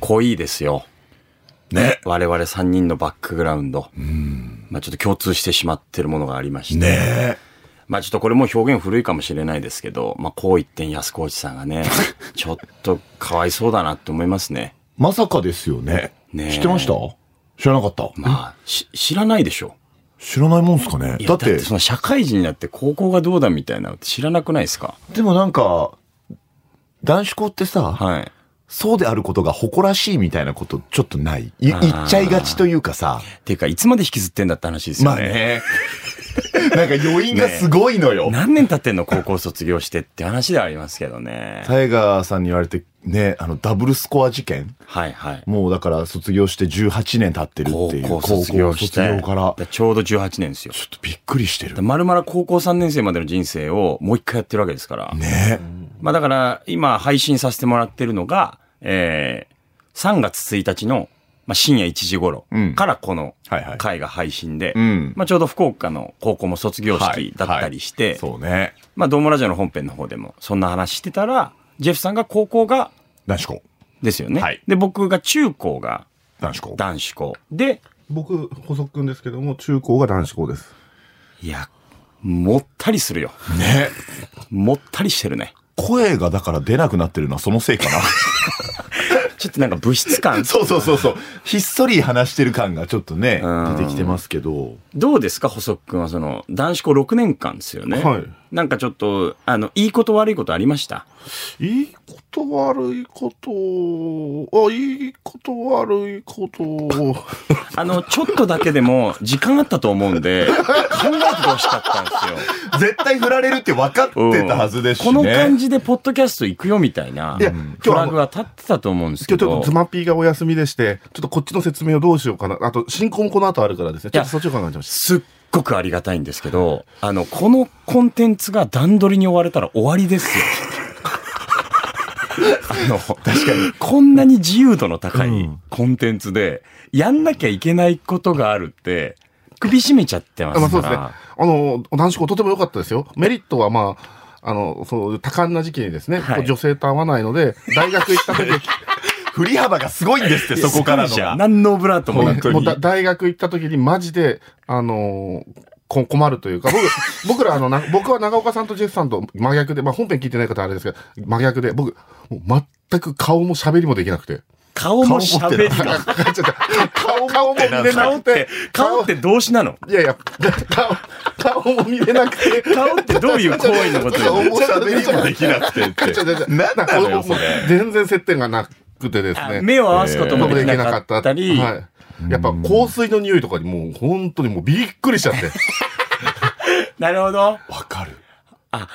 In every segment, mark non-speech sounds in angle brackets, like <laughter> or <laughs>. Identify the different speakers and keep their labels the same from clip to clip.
Speaker 1: 濃いですよ。
Speaker 2: ね。
Speaker 1: 我々3人のバックグラウンド。
Speaker 2: うん。
Speaker 1: まあちょっと共通してしまってるものがありまして。
Speaker 2: ね
Speaker 1: まあちょっとこれも表現古いかもしれないですけど、まあこう一点安河内さんが
Speaker 2: <laughs>
Speaker 1: ね、ちょっとかわいそうだなって思いますね。
Speaker 2: まさかですよね。
Speaker 1: ねえ
Speaker 2: 知ってました知らなかった。
Speaker 1: まあ、し知らないでしょ。
Speaker 2: 知らないもんすかね
Speaker 1: いや
Speaker 2: だって、
Speaker 1: その社会人になって高校がどうだみたいなのって知らなくないですか
Speaker 2: でもなんか、男子校ってさ、
Speaker 1: はい。
Speaker 2: そうであることが誇らしいみたいなことちょっとないい言
Speaker 1: あー
Speaker 2: っちゃいがちというかさ、
Speaker 1: っていうか、いつまで引きずってんだって話です
Speaker 2: ま
Speaker 1: よ
Speaker 2: あ
Speaker 1: ね。 <laughs>
Speaker 2: ね。なんか余韻がすごいのよ。
Speaker 1: 何年経ってんの高校卒業してって話ではありますけどね。
Speaker 2: タイガーさんに言われて、ね、あの、ダブルスコア事件
Speaker 1: はいはい。
Speaker 2: もうだから卒業して18年経ってるっ
Speaker 1: 高
Speaker 2: ていう。
Speaker 1: 校卒業して。
Speaker 2: 高校卒業から。
Speaker 1: らちょうど18年ですよ。
Speaker 2: ちょっとびっくりしてる。
Speaker 1: まるまる高校3年生までの人生をもう一回やってるわけですから。
Speaker 2: ね。
Speaker 1: まあだから、今配信させてもらってるのが、えー、3月1日の、まあ、深夜1時頃
Speaker 2: うん
Speaker 1: からこの
Speaker 2: はいはい
Speaker 1: 回が配信で、
Speaker 2: うん
Speaker 1: まあちょうど福岡の高校も卒業
Speaker 2: はい
Speaker 1: 式だったりして、
Speaker 2: はいそうね。
Speaker 1: まあドームラジオの本編の方でもそんな話してたら、ジェフさんが高校が
Speaker 2: 男子校。
Speaker 1: ですよね。
Speaker 2: はい
Speaker 1: で、僕が中高が
Speaker 2: 男子校。
Speaker 1: 男子校。で、
Speaker 3: 僕、補足くんですけども、中高が男子校です。
Speaker 1: いや、もったりするよ。
Speaker 2: ね。
Speaker 1: もったりしてるね。
Speaker 2: 声がだから出なくなってるのはそのせ
Speaker 3: <laughs>
Speaker 2: いか
Speaker 1: ちょっとなんか物質感
Speaker 2: な。。そうそうそうそう。ひっそり話してる感がちょっとね
Speaker 1: うん、
Speaker 2: 出てきてますけど。
Speaker 1: どうですか、細くんはその、男子校6年間ですよね。
Speaker 3: はい
Speaker 1: なんかちょっと、あの、いいこと悪いことありました
Speaker 3: いいこと悪いこと、あ、いいこと悪いこと。
Speaker 1: あの、ちょっとだけでも、時間あったと思うん
Speaker 3: <laughs>
Speaker 1: で、考えてほしかったんですよ。
Speaker 2: <laughs> 絶対振られるって分かってたはずですしね。
Speaker 1: この感じでポッドキャスト行くよみたいな、
Speaker 3: いや
Speaker 1: フラグが立ってたと思うんです
Speaker 3: 今
Speaker 1: け
Speaker 3: 日ちょっ
Speaker 1: ど
Speaker 3: とズ、マピーがお休みでして、ちょっとこっちの説明をどうしようかな。あと、進行もこの後あるからですね。ちょっとそっちを考えてまし
Speaker 1: すっごくありがたいんですけど、あの、このコンテンツが段取りに追われたら終わりですよ。あの、確かに。こんなに自由度の高いコンテンツで、やんなきゃいけないことがあるって、首絞めちゃってま
Speaker 3: た。あまあそ
Speaker 1: す
Speaker 3: う
Speaker 1: か
Speaker 3: です
Speaker 1: ら。
Speaker 3: ね。あの、男子校とても良かったですよ。メリットはまあ、あの、そういう多感な時期にですね、
Speaker 1: はい
Speaker 3: こう女性と会わないので、大学行
Speaker 1: <laughs>
Speaker 3: った時、
Speaker 2: 振り幅がすごいんですって、そこからのが。
Speaker 1: 何のオブラートもなく。
Speaker 3: もうだ大学行った時にマジで、あのーこ困るというか、僕、 <laughs> 僕らあの、な僕は長岡さんとジェフさんと真逆で、まあ本編聞いてない方はあれですけど、真逆で、僕、もう全く顔も喋りもできなくて。
Speaker 1: 顔も喋りが。
Speaker 3: あ <laughs> ちょっと顔顔も見れな
Speaker 1: 顔っ
Speaker 3: くて
Speaker 1: て、、顔って動詞なの
Speaker 3: いやいや、顔、 <laughs> 顔も見れなくて。
Speaker 1: 顔ってどういう行為のことなの
Speaker 3: 顔も喋り
Speaker 2: 喋り
Speaker 3: も
Speaker 2: も
Speaker 3: で
Speaker 2: で
Speaker 3: き
Speaker 2: きなくてって。
Speaker 3: な
Speaker 2: 何なのよ、それ。
Speaker 3: 全然接点がなくてですね。
Speaker 1: 目を合わすこともできなかったり、
Speaker 3: はい、やっぱ香水の匂いとかにもう本当にもうびっくりしちゃって。
Speaker 1: なるほど。
Speaker 2: <laughs> わかる。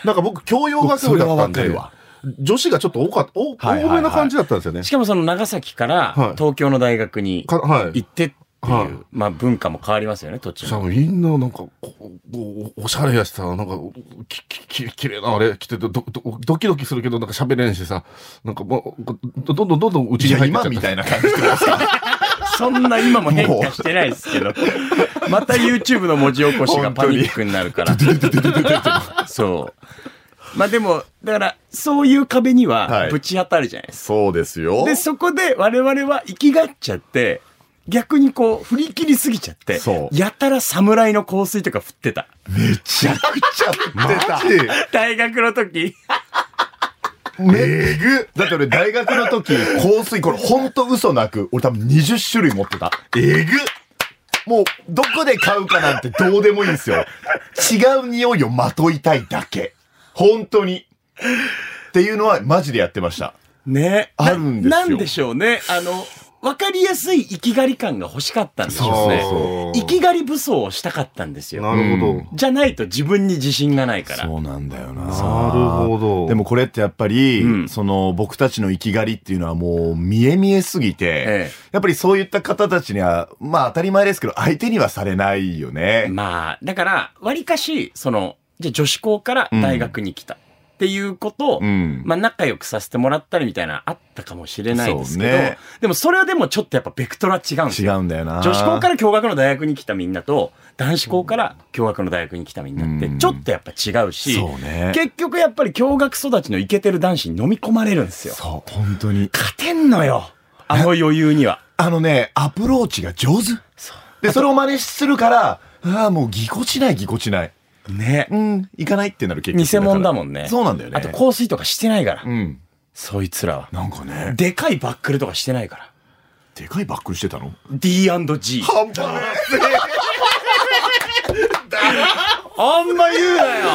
Speaker 3: なんか僕、教養学部だったん
Speaker 2: それ
Speaker 3: で
Speaker 2: はわか、
Speaker 3: 女子がちょっと多かった、お
Speaker 2: はいはいはい
Speaker 3: 多めな感じだったんですよね。
Speaker 1: しかもその長崎から
Speaker 3: はい
Speaker 1: 東京の大学に
Speaker 3: かはい。
Speaker 1: 行ってっていう、
Speaker 3: はい
Speaker 1: まあ文化も変わりますよね、土地
Speaker 3: しか
Speaker 1: の。
Speaker 3: もみんななんかこう、こうおしゃれやしさ、なんか、き、き、き、綺麗なあれ着てて、ど、ど、ドキドキするけど、なんか喋れんしさ、なんかもう、こうどんどんどんどんうち
Speaker 2: い
Speaker 3: に
Speaker 2: や、
Speaker 3: 入ってっ
Speaker 2: 今
Speaker 3: ちゃっ
Speaker 2: み
Speaker 3: て。
Speaker 2: たいな感じで。
Speaker 1: そんな今も変化してないですけど。また YouTube の文字起こしがパニックになるから。そう。まあでも、だから、そういう壁に
Speaker 2: は
Speaker 1: はいぶち当たるじゃないですか。
Speaker 2: そうですよ。
Speaker 1: で、そこで我々は生きがっちゃって、逆にこう、振り切りすぎちゃって
Speaker 2: そ、う
Speaker 1: やたら侍の香水とか振ってた。
Speaker 2: めちゃくちゃ
Speaker 3: マ
Speaker 2: 出
Speaker 3: ジ
Speaker 1: 大学の時。
Speaker 2: た。めぐ。だって俺大学の時、香水、これほんと嘘なく、俺多分20種類持ってた。えぐもう、 <laughs> どこで買うかなんてどうでもいいんですよ。違う匂いをまといたいだけ。本当に。っていうのはマジでやってました。
Speaker 1: ね。
Speaker 2: あるんですよ
Speaker 1: ななんでしょうね。あの、わかりやすい生きがり感が欲しかったんですよね。
Speaker 3: そうそう
Speaker 1: 生きがり武装をしたかったんですよ。
Speaker 3: なるほど。
Speaker 1: じゃないと自分に自信がないから。
Speaker 2: うなんだよな。
Speaker 3: なるほど。
Speaker 2: でもこれってやっぱり、
Speaker 1: うん
Speaker 2: その僕たちの生きがりっていうのはもう見え見えすぎて、
Speaker 1: ええ
Speaker 2: やっぱりそういった方たちには、まあ当たり前ですけど、相手にはされないよね。
Speaker 1: まあ、だから、わりかし、その、じゃあ女子校から大学に来たっていうことを、
Speaker 2: うん。
Speaker 1: まあ仲良くさせてもらったりみたいなのあったかもしれないですけど、
Speaker 2: そうね
Speaker 1: でもそれはでもちょっとやっぱベクトルは違うんです
Speaker 2: 違
Speaker 1: よ。
Speaker 2: うんだよな。
Speaker 1: 女子校から共学の大学に来たみんなと、男子校から共学の大学に来たみんなって
Speaker 2: う、ん
Speaker 1: ちょっとやっぱ違うし、
Speaker 2: そうね。
Speaker 1: 結局やっぱり共学育ちのイケてる男子に飲み込まれるんですよ。
Speaker 2: そう、本当に。
Speaker 1: 勝てんのよ。あの余裕には。
Speaker 2: あのね、アプローチが上手。で、それを真似するから、ああ、もうぎこちないぎこちない。
Speaker 1: ね。
Speaker 2: うん、行かないってなる結局。
Speaker 1: 偽物だもんね。
Speaker 2: そうなんだよね。
Speaker 1: あと香水とかしてないから。
Speaker 2: うん。
Speaker 1: そいつらは。
Speaker 2: なんかね、
Speaker 1: でかいバックルとかしてないから。
Speaker 2: でかいバックルしてたの
Speaker 1: D&G。
Speaker 2: 半端ない。
Speaker 1: あんま言うなよ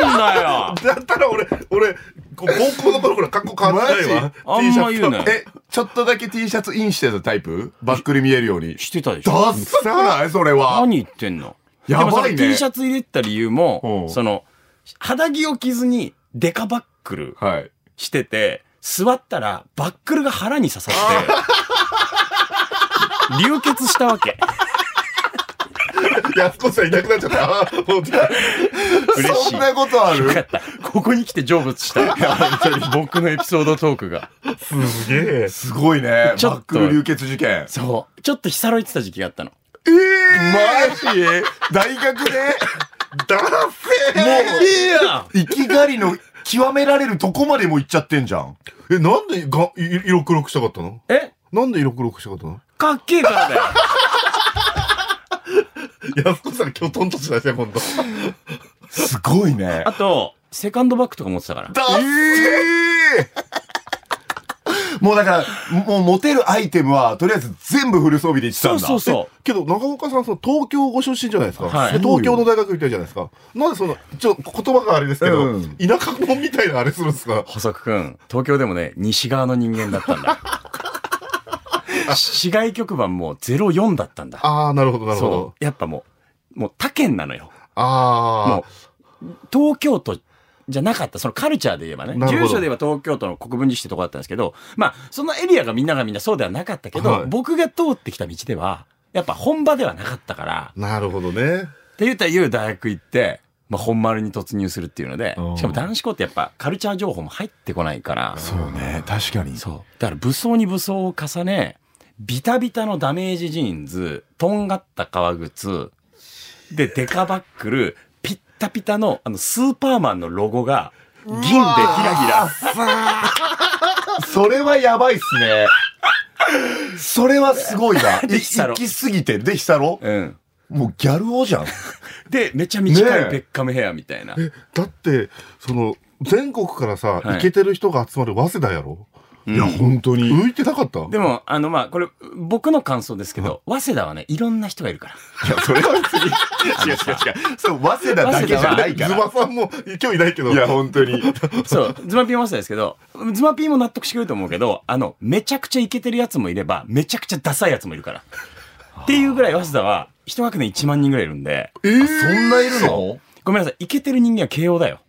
Speaker 1: なんだよ
Speaker 3: だったら俺、俺、こう高校の頃から格好変わってないわ。
Speaker 1: マジ
Speaker 3: T シ
Speaker 1: あん
Speaker 3: ャツ
Speaker 1: ま言うなよ
Speaker 2: え、ちょっとだけ T シャツインしてたタイプバックル見えるように。
Speaker 1: してたでしょ
Speaker 2: ダッサくないそれは。
Speaker 1: 何言ってんの
Speaker 2: やばいね
Speaker 1: でもその T シャツ入れてた理由
Speaker 2: う
Speaker 1: も
Speaker 2: ん、
Speaker 1: その、肌着を着ずにデカバックル
Speaker 2: はい。
Speaker 1: してて、座ったらバックルが腹に刺さ <laughs> って、流血したわけ。
Speaker 3: 安子さんいなくなっちゃったあー。本当だ
Speaker 1: 嬉しい
Speaker 2: そんなことあ
Speaker 1: よか
Speaker 2: る
Speaker 1: った。ここに来て成仏した。僕のエピソードトークが。
Speaker 3: すげえ。
Speaker 2: <laughs> すごいね。
Speaker 1: ちょっと
Speaker 2: バックル流血事件。
Speaker 1: そう。ちょっと日さろいてた時期があったの。
Speaker 3: ええ
Speaker 2: マジ大学で
Speaker 3: だせ
Speaker 2: もう、
Speaker 1: いや
Speaker 2: 生きがりの極められるとこまでも行っちゃってんじゃん。
Speaker 3: え、なんでがい色黒くしたかったの
Speaker 1: え
Speaker 3: なんで色黒くしたかったの
Speaker 1: かっけえからだよ。
Speaker 3: 安子さんきょとんとしないですね、今度。
Speaker 2: すごいね
Speaker 1: あ。と、セカンドバッグとか持ってたから。
Speaker 3: だ
Speaker 2: えー <laughs> もうだから、もう持てるアイテムは、とりあえず全部フル装備で行ってた
Speaker 1: そ
Speaker 2: ん
Speaker 1: う
Speaker 2: だ。
Speaker 1: そうそう。
Speaker 3: けど、長岡さん、その東京ご出身じゃないですか。
Speaker 1: はい
Speaker 3: で東京の大学行ったじゃないですか。なんでその、ちょっと言葉があれですけど、
Speaker 2: うん
Speaker 3: 田舎者みたいなあれするんですか
Speaker 1: 細くくん、東京でもね、西側の人間だったん <laughs> だ。市外局番も04だったんだ。
Speaker 3: ああ、なるほど、なるほ
Speaker 1: そ
Speaker 3: ど。
Speaker 1: う。やっぱもう、もう他県なのよ。
Speaker 3: あ
Speaker 1: もう、東京都じゃなかった、そのカルチャーで言えばね。
Speaker 3: なるほ
Speaker 1: 住
Speaker 3: ど
Speaker 1: 所で言えば東京都の国分寺市ってとこだったんですけど、まあ、そのエリアがみんながみんなそうではなかったけど、
Speaker 3: はい
Speaker 1: 僕が通ってきた道では、やっぱ本場ではなかったから、
Speaker 3: あ、なるほどね。
Speaker 1: って言ったら言う大学行って、まあ、本丸に突入するっていうので
Speaker 2: う、ん
Speaker 1: しかも男子校ってやっぱカルチャー情報も入ってこないから、
Speaker 2: そうね、確かに。
Speaker 1: そう。だから武装に武装を重ね、ビタビタのダメージジーンズ、とんがった革靴、で、デカバックル、ピッタピタの、あの、スーパーマンのロゴが、銀でギラギラ。
Speaker 2: それはやばいっすね。それはすごい <laughs> な。い
Speaker 1: でヒサロ
Speaker 2: 行きすぎて、で、ヒサロ
Speaker 1: うん。
Speaker 2: もうギャル王じゃん。
Speaker 1: で、めちゃ短
Speaker 2: ねえ
Speaker 1: いベッカムヘアみたいな。
Speaker 3: え、だって、その、全国からさ、
Speaker 1: はい
Speaker 3: イケてる人が集まる早稲田やろ
Speaker 1: うん
Speaker 2: 本当に。
Speaker 3: 浮いてなかった
Speaker 1: でも、あの、まあ、これ、僕の感想ですけど、早稲田はね、いろんな人がいるから。
Speaker 2: いや、それは別に。違う違う違う。そう、早稲田だけじゃないか
Speaker 3: ズ
Speaker 2: ら。
Speaker 3: バさんも今日いないけど。
Speaker 2: いや、本当に。
Speaker 1: そう、ズマピーもそうですけど、ズマピーも納得してくれると思うけど、あの、めちゃくちゃイケてるやつもいれば、めちゃくちゃダサいやつもいるから。っていうぐらい、早稲田は、一学年1万人ぐらいいるんで、
Speaker 3: えー
Speaker 2: そんないるの
Speaker 1: ごめんなさい、イケてる人間は慶応だよ。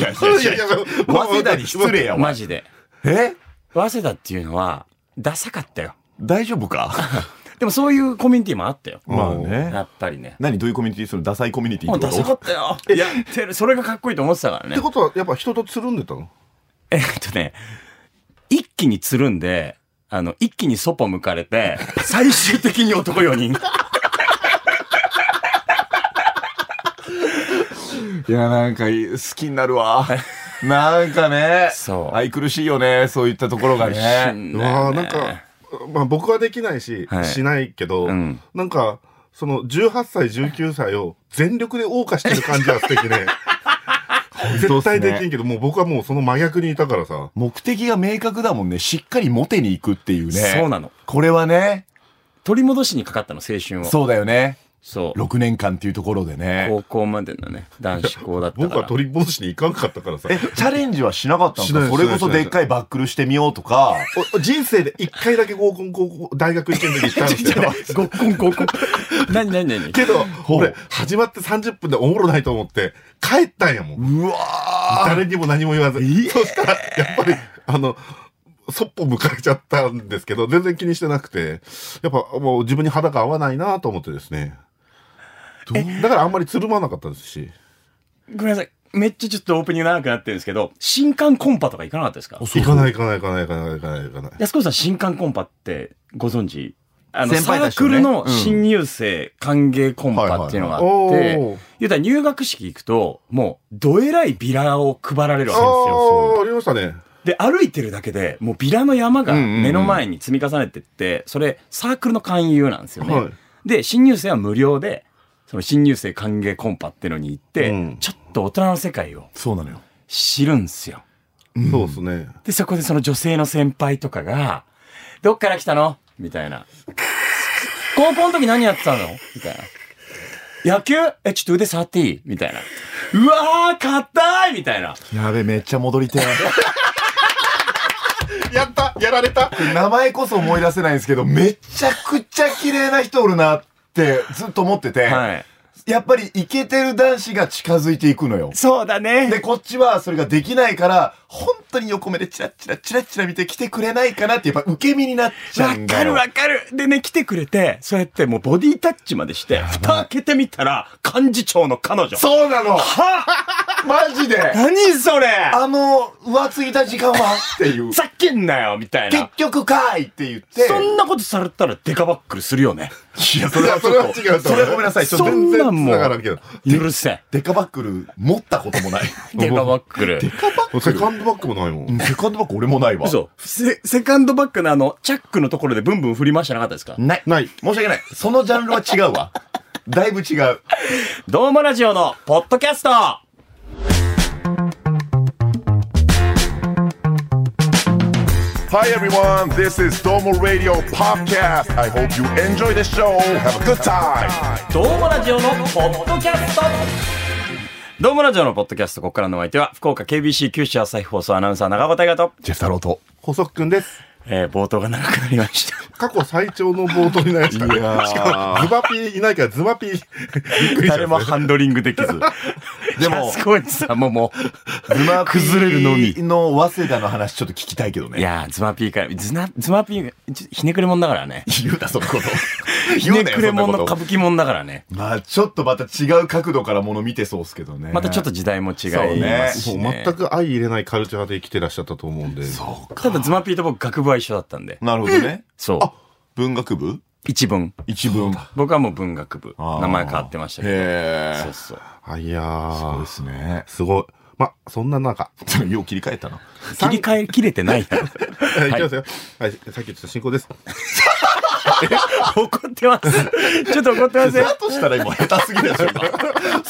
Speaker 2: いやい
Speaker 3: い
Speaker 2: や
Speaker 3: や
Speaker 2: い
Speaker 3: い
Speaker 2: や
Speaker 3: や、
Speaker 2: 早稲田に失礼やわ
Speaker 1: マ。ジで。
Speaker 2: え
Speaker 1: 早稲田っていうのは、ダサかったよ。
Speaker 2: 大丈夫か
Speaker 1: でもそういうコミュニティもあったよ。
Speaker 2: まあね
Speaker 1: やっぱりね。
Speaker 2: 何どういうコミュニティそのダサいコミュニティ
Speaker 1: も
Speaker 2: っ
Speaker 1: う
Speaker 2: て
Speaker 1: ダ
Speaker 2: こ
Speaker 1: サか
Speaker 2: と
Speaker 1: ったよ。やってる、それがかっこいいと思ってたから
Speaker 3: っ
Speaker 1: ね
Speaker 3: て。ことは、やっぱ人とつるんでたの
Speaker 1: えっとね、一気につるんで、あの、一気にそぽ向かれて、最終的に男4人。
Speaker 2: いや、なんか、好きになるわ。なんかね。
Speaker 1: そう
Speaker 2: 愛くるしいよね。そういったところがね。
Speaker 1: ね
Speaker 3: うわあなんか、まあ僕はできないし、
Speaker 1: はい
Speaker 3: しないけど、
Speaker 1: うん
Speaker 3: なんか、その18歳、19歳を全力で謳歌してる感じは素敵
Speaker 1: <laughs>
Speaker 3: ね。
Speaker 2: 当っ
Speaker 3: 絶
Speaker 2: すね
Speaker 3: 対できんけど、もう僕はもうその真逆にいたからさ。
Speaker 2: 目的が明確だもんね。しっかりモテに行くっていうね。
Speaker 1: そうなの。
Speaker 2: これはね、
Speaker 1: 取り戻しにかかったの、青春を。そう。
Speaker 2: そうだよね。6年間っていうところでね。
Speaker 1: 高校までのね、男子校だったから。
Speaker 3: 僕は取り戻しに行かんかったからさ。
Speaker 2: え、チャレンジはしなかった
Speaker 3: し
Speaker 2: ん
Speaker 3: ない
Speaker 2: だ
Speaker 3: です
Speaker 2: それこそでっかいバックルしてみようとか。
Speaker 3: お人生で一回だけ合コン、高校、大学受験の時行ったん
Speaker 1: <laughs>
Speaker 3: ですけど
Speaker 1: ごっこんごっこん。何何何
Speaker 3: けど、
Speaker 2: う
Speaker 3: 俺、始まって30分でおもろないと思って、帰ったんやもん。
Speaker 2: うわ
Speaker 3: 誰にも何も言わず。そしたら、やっぱり、あの、そっぽ向かれちゃったんですけど、全然気にしてなくて、やっぱもう自分に肌が合わないなと思ってですね。どうだからあんまりつるまなかったですし。
Speaker 1: ごめんなさい。めっちゃちょっとオープニング長くなってるんですけど、新刊コンパとか行かなかったですか
Speaker 2: ー
Speaker 3: 行かない行かない行かない行かない行かない行かない。
Speaker 1: 安子さん、新刊コンパってご存知あの、
Speaker 2: 先
Speaker 1: サ
Speaker 2: 輩た
Speaker 1: ー
Speaker 2: ちと
Speaker 1: ク
Speaker 2: ね
Speaker 1: ルの新入生歓迎コンパっていうのがあ
Speaker 3: お
Speaker 1: って、
Speaker 3: ー。
Speaker 1: 言うたら入学式行くと、もう、どえらいビラを配られるわけですよ。
Speaker 3: あー、ありましたね。
Speaker 1: で、歩いてるだけで、もうビラの山が
Speaker 2: うんうんうん
Speaker 1: 目の前に積み重ねてって、それ、サークルの勧誘なんですよね。
Speaker 3: はい
Speaker 1: で、新入生は無料で、その新入生歓迎コンパってのに行って、
Speaker 3: うん
Speaker 1: ちょっと大人の世界を
Speaker 2: そうなのよ。
Speaker 1: 知るんですよ。
Speaker 3: そうですね。
Speaker 1: で、そこでその女性の先輩とかが、どっから来たのみたいな。高校の時何やってたのみたいな。野球え、ちょっと腕触っていいみたいな。うわー、硬いみたいな。
Speaker 2: やべ、めっちゃ戻りてえ。
Speaker 3: やったやられた
Speaker 2: 名前こそ思い出せないんですけど、めちゃくちゃ綺麗な人おるなってずっと思ってて、
Speaker 1: はい。
Speaker 2: やっぱりイケてる男子が近づいていくのよ。
Speaker 1: そうだね。
Speaker 2: で、こっちはそれができないから、本当に横目でチラッチラッチラッチラ見て来てくれないかなって、やっぱ受け身になっちゃ
Speaker 1: わ
Speaker 2: うんだ
Speaker 1: かる
Speaker 2: よ。
Speaker 1: わかる。でね、来てくれて、そうやってもうボディタッチまでして、蓋開けてみたら、幹事長の彼女。
Speaker 2: そうなのマジで
Speaker 1: 何それ
Speaker 2: あの、浮ついた時間はっていう
Speaker 1: ふ。ざけんなよみたい
Speaker 2: 結
Speaker 1: な。
Speaker 2: 局かいって言って。
Speaker 1: そんなことされたらデカバックルするよね。
Speaker 2: いや、そ
Speaker 3: いやそれは違うと思う
Speaker 2: それはごめんなさい。ちょっと
Speaker 1: そ
Speaker 2: 全
Speaker 1: ん
Speaker 2: 然。
Speaker 1: なんも
Speaker 3: 繋がらんけど
Speaker 1: う、許せん。
Speaker 2: デカバックル持ったこともない。
Speaker 1: デカバックル。
Speaker 3: セカンドバックもないもん。
Speaker 2: セカンドバック俺もないわ。
Speaker 1: 嘘。セ、セカンドバックのあの、チャックのところでブンブン振り回してなかったですか
Speaker 2: ない。
Speaker 3: ない。
Speaker 2: 申し訳ない。そのジャンルは違うわ。だいぶ違う。
Speaker 1: どうもラジオのポッドキャスト
Speaker 4: Hi everyone, this is Domo Radio Podcast. I hope you enjoy the show. Have a good time.
Speaker 1: どうもラジオのポッドキャストどうもラジオのポッドキャスト、ここからのお相手は、福岡 KBC 九州朝日放送アナウンサー長尾大和と、
Speaker 2: ジェフ太郎と。
Speaker 3: 細くんです。
Speaker 1: えー、冒頭が長くなりました。
Speaker 3: 過去最長の冒頭になりましたね。
Speaker 2: いやー
Speaker 3: しかも、ズバピーいないから、ズバピー、びっくりし
Speaker 1: 誰
Speaker 3: た。
Speaker 1: もハンドリングできず。でも、安子さんももう、崩れるのみ。
Speaker 2: の早稲田の話ちょっと聞きたいけどね。
Speaker 1: いやー、ズマピーから、ズナ、ズマピー、ちょひねくれもんだからね。
Speaker 2: 言うな、そ
Speaker 1: <laughs>
Speaker 2: のこと。
Speaker 1: ひねくれもん
Speaker 2: 言うな
Speaker 1: の
Speaker 2: よ
Speaker 1: 歌
Speaker 2: そなこ
Speaker 1: 舞伎もんだからね。
Speaker 2: とまあ、ちょっとまた違う角度からもの見てそうっすけどね。
Speaker 1: またちょっと。時代も違い
Speaker 2: そうね
Speaker 1: ますし、ね
Speaker 3: もう全く相入れないカルチャーで生きてらっしゃったと思うんで。
Speaker 2: そうか。
Speaker 1: ただズマピーと僕学部は一緒だったんで。
Speaker 2: なるほどね。
Speaker 1: そう。
Speaker 2: 文学部
Speaker 1: 一文。
Speaker 2: 一文。
Speaker 1: 僕はもう文学部。
Speaker 2: あー
Speaker 1: 名前変わってましたけ
Speaker 2: へ
Speaker 1: ど。そ
Speaker 2: え
Speaker 1: う。そう。
Speaker 3: あ、いや
Speaker 2: そう
Speaker 3: ー、
Speaker 2: ですね。 <laughs>
Speaker 3: すごい。ま、そんな中、
Speaker 2: よう切り替えたな。
Speaker 1: 切り替えきれてないやろ。
Speaker 3: はい、いきますよ。はい、さっき言ってた進行です。
Speaker 1: 怒ってます。ちょっと怒ってませ
Speaker 2: <laughs>
Speaker 1: ん
Speaker 2: だ。としたら今下手すぎる
Speaker 1: <laughs>
Speaker 2: でしょ、今。さ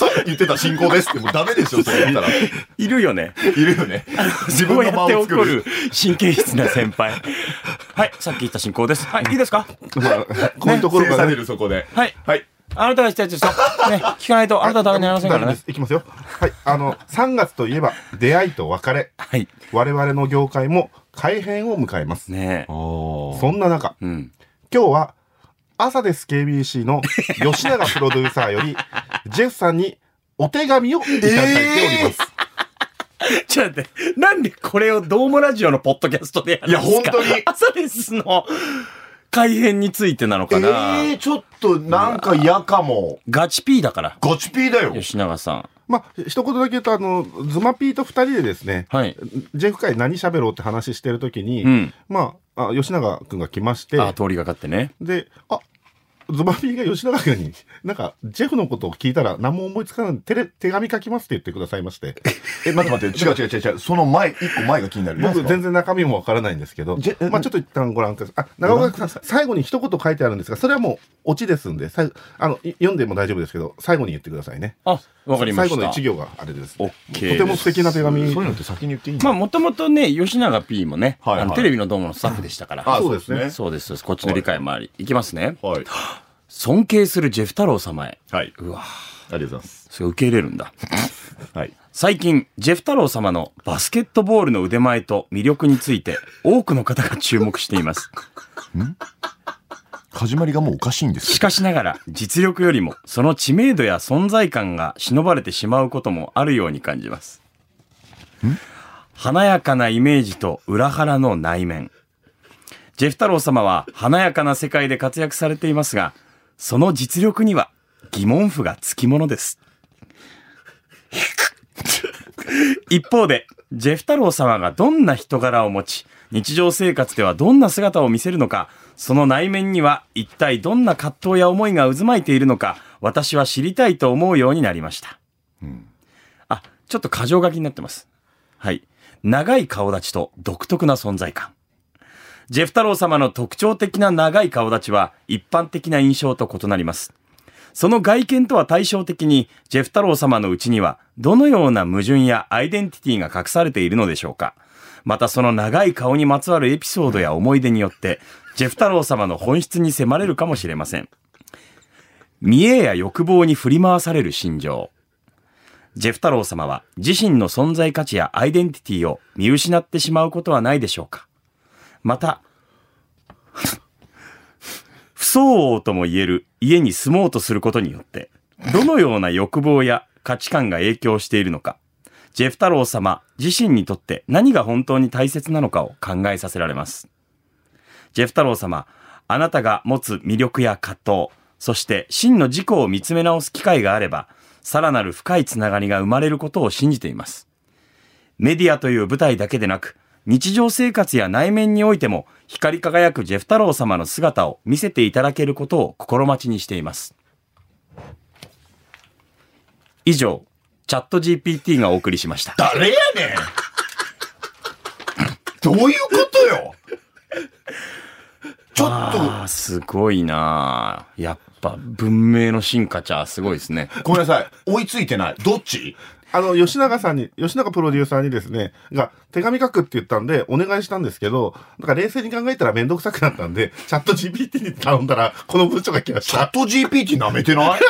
Speaker 2: っき言ってた進行ですってもうダメでしょ、それ言ったら。い
Speaker 1: いるよね。
Speaker 2: るよね。自
Speaker 1: こ
Speaker 2: 分
Speaker 1: う
Speaker 2: の
Speaker 1: や
Speaker 2: 間
Speaker 1: って
Speaker 2: を
Speaker 1: 怒
Speaker 2: 作
Speaker 1: る
Speaker 2: る。
Speaker 1: 神経質な先 <laughs> 輩。はい、さっき言った進行です。はい、いいですか
Speaker 3: まあ、こういうところ
Speaker 2: 制
Speaker 3: が
Speaker 2: さ
Speaker 3: ね
Speaker 2: れる、そこで。
Speaker 1: はい。
Speaker 2: はい。
Speaker 1: あなたがしたやつですよ。ね、聞かないとあなたはダメになりませんから
Speaker 3: ダメ
Speaker 1: ね
Speaker 3: で。すいきますよ。はい。あの、3月といえば、出会いと別れ。
Speaker 1: はい。
Speaker 3: 我々の業界も改変を迎えます。
Speaker 1: ねえ。
Speaker 3: そんな中、
Speaker 1: うん。
Speaker 3: 今日は、朝です KBC の吉永プロデューサーよ
Speaker 1: <laughs>
Speaker 3: り、ジェフさんにお手紙をいただいております。
Speaker 1: ちょっと待って、なんでこれをドームラジオのポッドキャストでやるんですか
Speaker 2: いや本当に
Speaker 1: <laughs> 朝ですの改変についてなの
Speaker 2: え
Speaker 1: かな、
Speaker 2: ー、ちょっとなんか嫌かも。
Speaker 1: ガチ P だから。
Speaker 2: ガチピーだよ。
Speaker 1: 吉永さん。
Speaker 3: まあ、一言だけ言うと、あの、ズマピーと二人でですね、
Speaker 1: はい。
Speaker 3: ジェフ会何喋ろうって話してるときに、
Speaker 1: うん。
Speaker 3: まあ、あ吉永くんが来まして、
Speaker 1: あ、通りがかってね。
Speaker 3: で、あズバピーが吉永君に、なんか、ジェフのことを聞いたら何も思いつかない手で手紙書きますって言ってくださいまして、
Speaker 2: え、待って待って、違う違う違う違う。その前、一個前が気になる。
Speaker 3: 僕
Speaker 2: なんす
Speaker 3: 全然中身もわからないんですけど
Speaker 2: ジェ、
Speaker 3: まあちょっと一旦ご覧ください。あ、長岡さん、最後に一言書いてあるんですが、それはもうオチですんで、最後あの、い読んでも大丈夫ですけど、最後に言ってくださいね。
Speaker 1: あ、わかりま
Speaker 3: 最
Speaker 1: した。
Speaker 3: 後の一行があれです。
Speaker 1: オ
Speaker 3: と
Speaker 1: ッケー。
Speaker 3: ても素敵な手
Speaker 2: か
Speaker 3: 紙。
Speaker 2: そういうのって先に言っていいの
Speaker 1: まあ、もともとね、吉永 P もね、
Speaker 2: はいはい
Speaker 1: あのテレビのドームのスタッフでしたから。
Speaker 2: あ
Speaker 3: そうですね
Speaker 1: そうです、そうです。こっちの理解もあり。いきますね。
Speaker 2: はい。
Speaker 1: 尊敬するジェフ太郎様へ。
Speaker 2: はい。
Speaker 1: うわ
Speaker 2: ありがとうございます。
Speaker 1: それ受け入れるんだ。
Speaker 2: はい。
Speaker 1: 最近、ジェフ太郎様のバスケットボールの腕前と魅力について、多くの方が注目しています。
Speaker 2: 始まりがもうおかしいんです
Speaker 1: しかしながら、実力よりも、その知名度や存在感が忍ばれてしまうこともあるように感じます。華やかなイメージと裏腹の内面。ジェフ太郎様は華やかな世界で活躍されていますが、その実力には疑問符がつきものです。一方で、ジェフ太郎様がどんな人柄を持ち、日常生活ではどんな姿を見せるのか、その内面には一体どんな葛藤や思いが渦巻いているのか、私は知りたいと思うようになりました。あ、ちょっと過剰書きになってます。はい。長い顔立ちと独特な存在感。ジェフ太郎様の特徴的な長い顔立ちは一般的な印象と異なります。その外見とは対照的に、ジェフ太郎様のうちには、どのような矛盾やアイデンティティが隠されているのでしょうかまたその長い顔にまつわるエピソードや思い出によって、ジェフ太郎様の本質に迫れるかもしれません。見栄や欲望に振り回される心情。ジェフ太郎様は自身の存在価値やアイデンティティを見失ってしまうことはないでしょうかまた、不相応とも言える家に住もうとすることによって、どのような欲望や価値観が影響しているのか、ジェフ太郎様自身にとって何が本当に大切なのかを考えさせられます。ジェフ太郎様、あなたが持つ魅力や葛藤、そして真の自己を見つめ直す機会があれば、さらなる深いつながりが生まれることを信じています。メディアという舞台だけでなく、日常生活や内面においても光り輝くジェフ太郎様の姿を見せていただけることを心待ちにしています。以上、チャット GPT がお送りしました。
Speaker 2: 誰やねんどういうことよちょっと、
Speaker 1: あーすごいなあやっぱ文明の進化ちゃすごいですね。
Speaker 2: ごめんなさい。追いついてない。どっち
Speaker 3: あの、吉永さんに、吉永プロデューサーにですね、が、手紙書くって言ったんで、お願いしたんですけど、なんか冷静に考えたらめんどくさくなったんで、チャット GPT に頼んだら、この文章が来まし
Speaker 2: チャッ
Speaker 3: た。
Speaker 2: ト GPT 舐めて <laughs> ない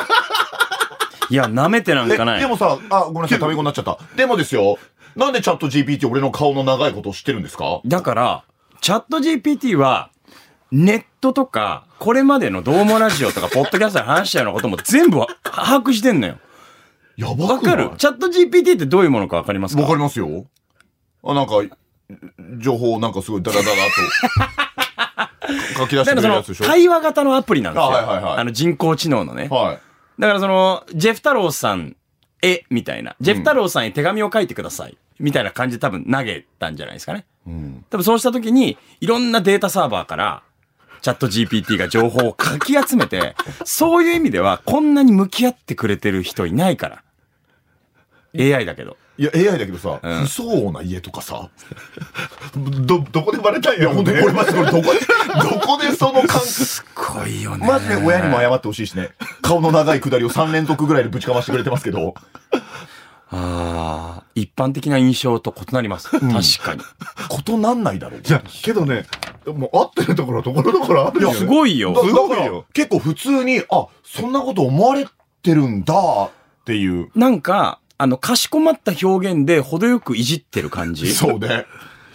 Speaker 1: いや、舐めてなん
Speaker 2: え
Speaker 1: かない。
Speaker 2: でもさ、あ、ごめんなさい、食べ子になっちゃった。でもですよ、なんでチャット GPT 俺の顔の長いことを知ってるんですか
Speaker 1: だから、チャット GPT は、ネットとか、これまでのどうもラジオとか、ポッドキャストで話したようなことも全部は把握してんのよ。
Speaker 2: やば
Speaker 1: わ
Speaker 2: くな
Speaker 1: か
Speaker 2: い
Speaker 1: るチャット GPT ってどういうものかわかりますか
Speaker 2: わかりますよ。あ、なんか、情報をなんかすごいダラダラ <laughs> と書き出し
Speaker 1: だか
Speaker 2: てくれるや
Speaker 1: ら
Speaker 2: つ
Speaker 1: そ
Speaker 2: で
Speaker 1: の、
Speaker 2: しょ
Speaker 1: 対話型のアプリなんですよ。
Speaker 2: あはいはいはい
Speaker 1: あの、人工知能のね。
Speaker 2: はい。
Speaker 1: だからその、ジェフ太郎さんへ、みたいな。ジェフ太郎さんへ手紙を書いてください。みたいな感じで多分投げたんじゃないですかね。多分そうした時に、いろんなデータサーバーから、チャット GPT が情報をかき集め
Speaker 2: <laughs>
Speaker 1: て、そういう意味では、こんなに向き合ってくれてる人いないから。AI だけど。
Speaker 2: いや、AI だけどさ、
Speaker 1: ん
Speaker 2: 不相応な家とかさ、
Speaker 3: ど、どこでバレたん
Speaker 2: い
Speaker 3: や、
Speaker 2: や、本当にこれマジこれどこで、どこでその感覚、
Speaker 1: 濃いよね。
Speaker 2: <laughs> マジで親にも謝ってほしいしね、顔の長いくだりを3連続ぐらいでぶちかましてくれてますけど、
Speaker 1: ああ、一般的な印象と異なります。確かに。
Speaker 2: ことなんないだろう。
Speaker 3: じゃあ、けどね、もう合ってるところ、ところどころあるよ、ね。
Speaker 1: すごいよ
Speaker 2: だ。
Speaker 3: すごいよ
Speaker 2: だから結構普通に、あ、そんなこと思われてるんだっていう。
Speaker 1: なんか、あの、かしこまった表現で程よくいじってる感じ。
Speaker 2: そうね。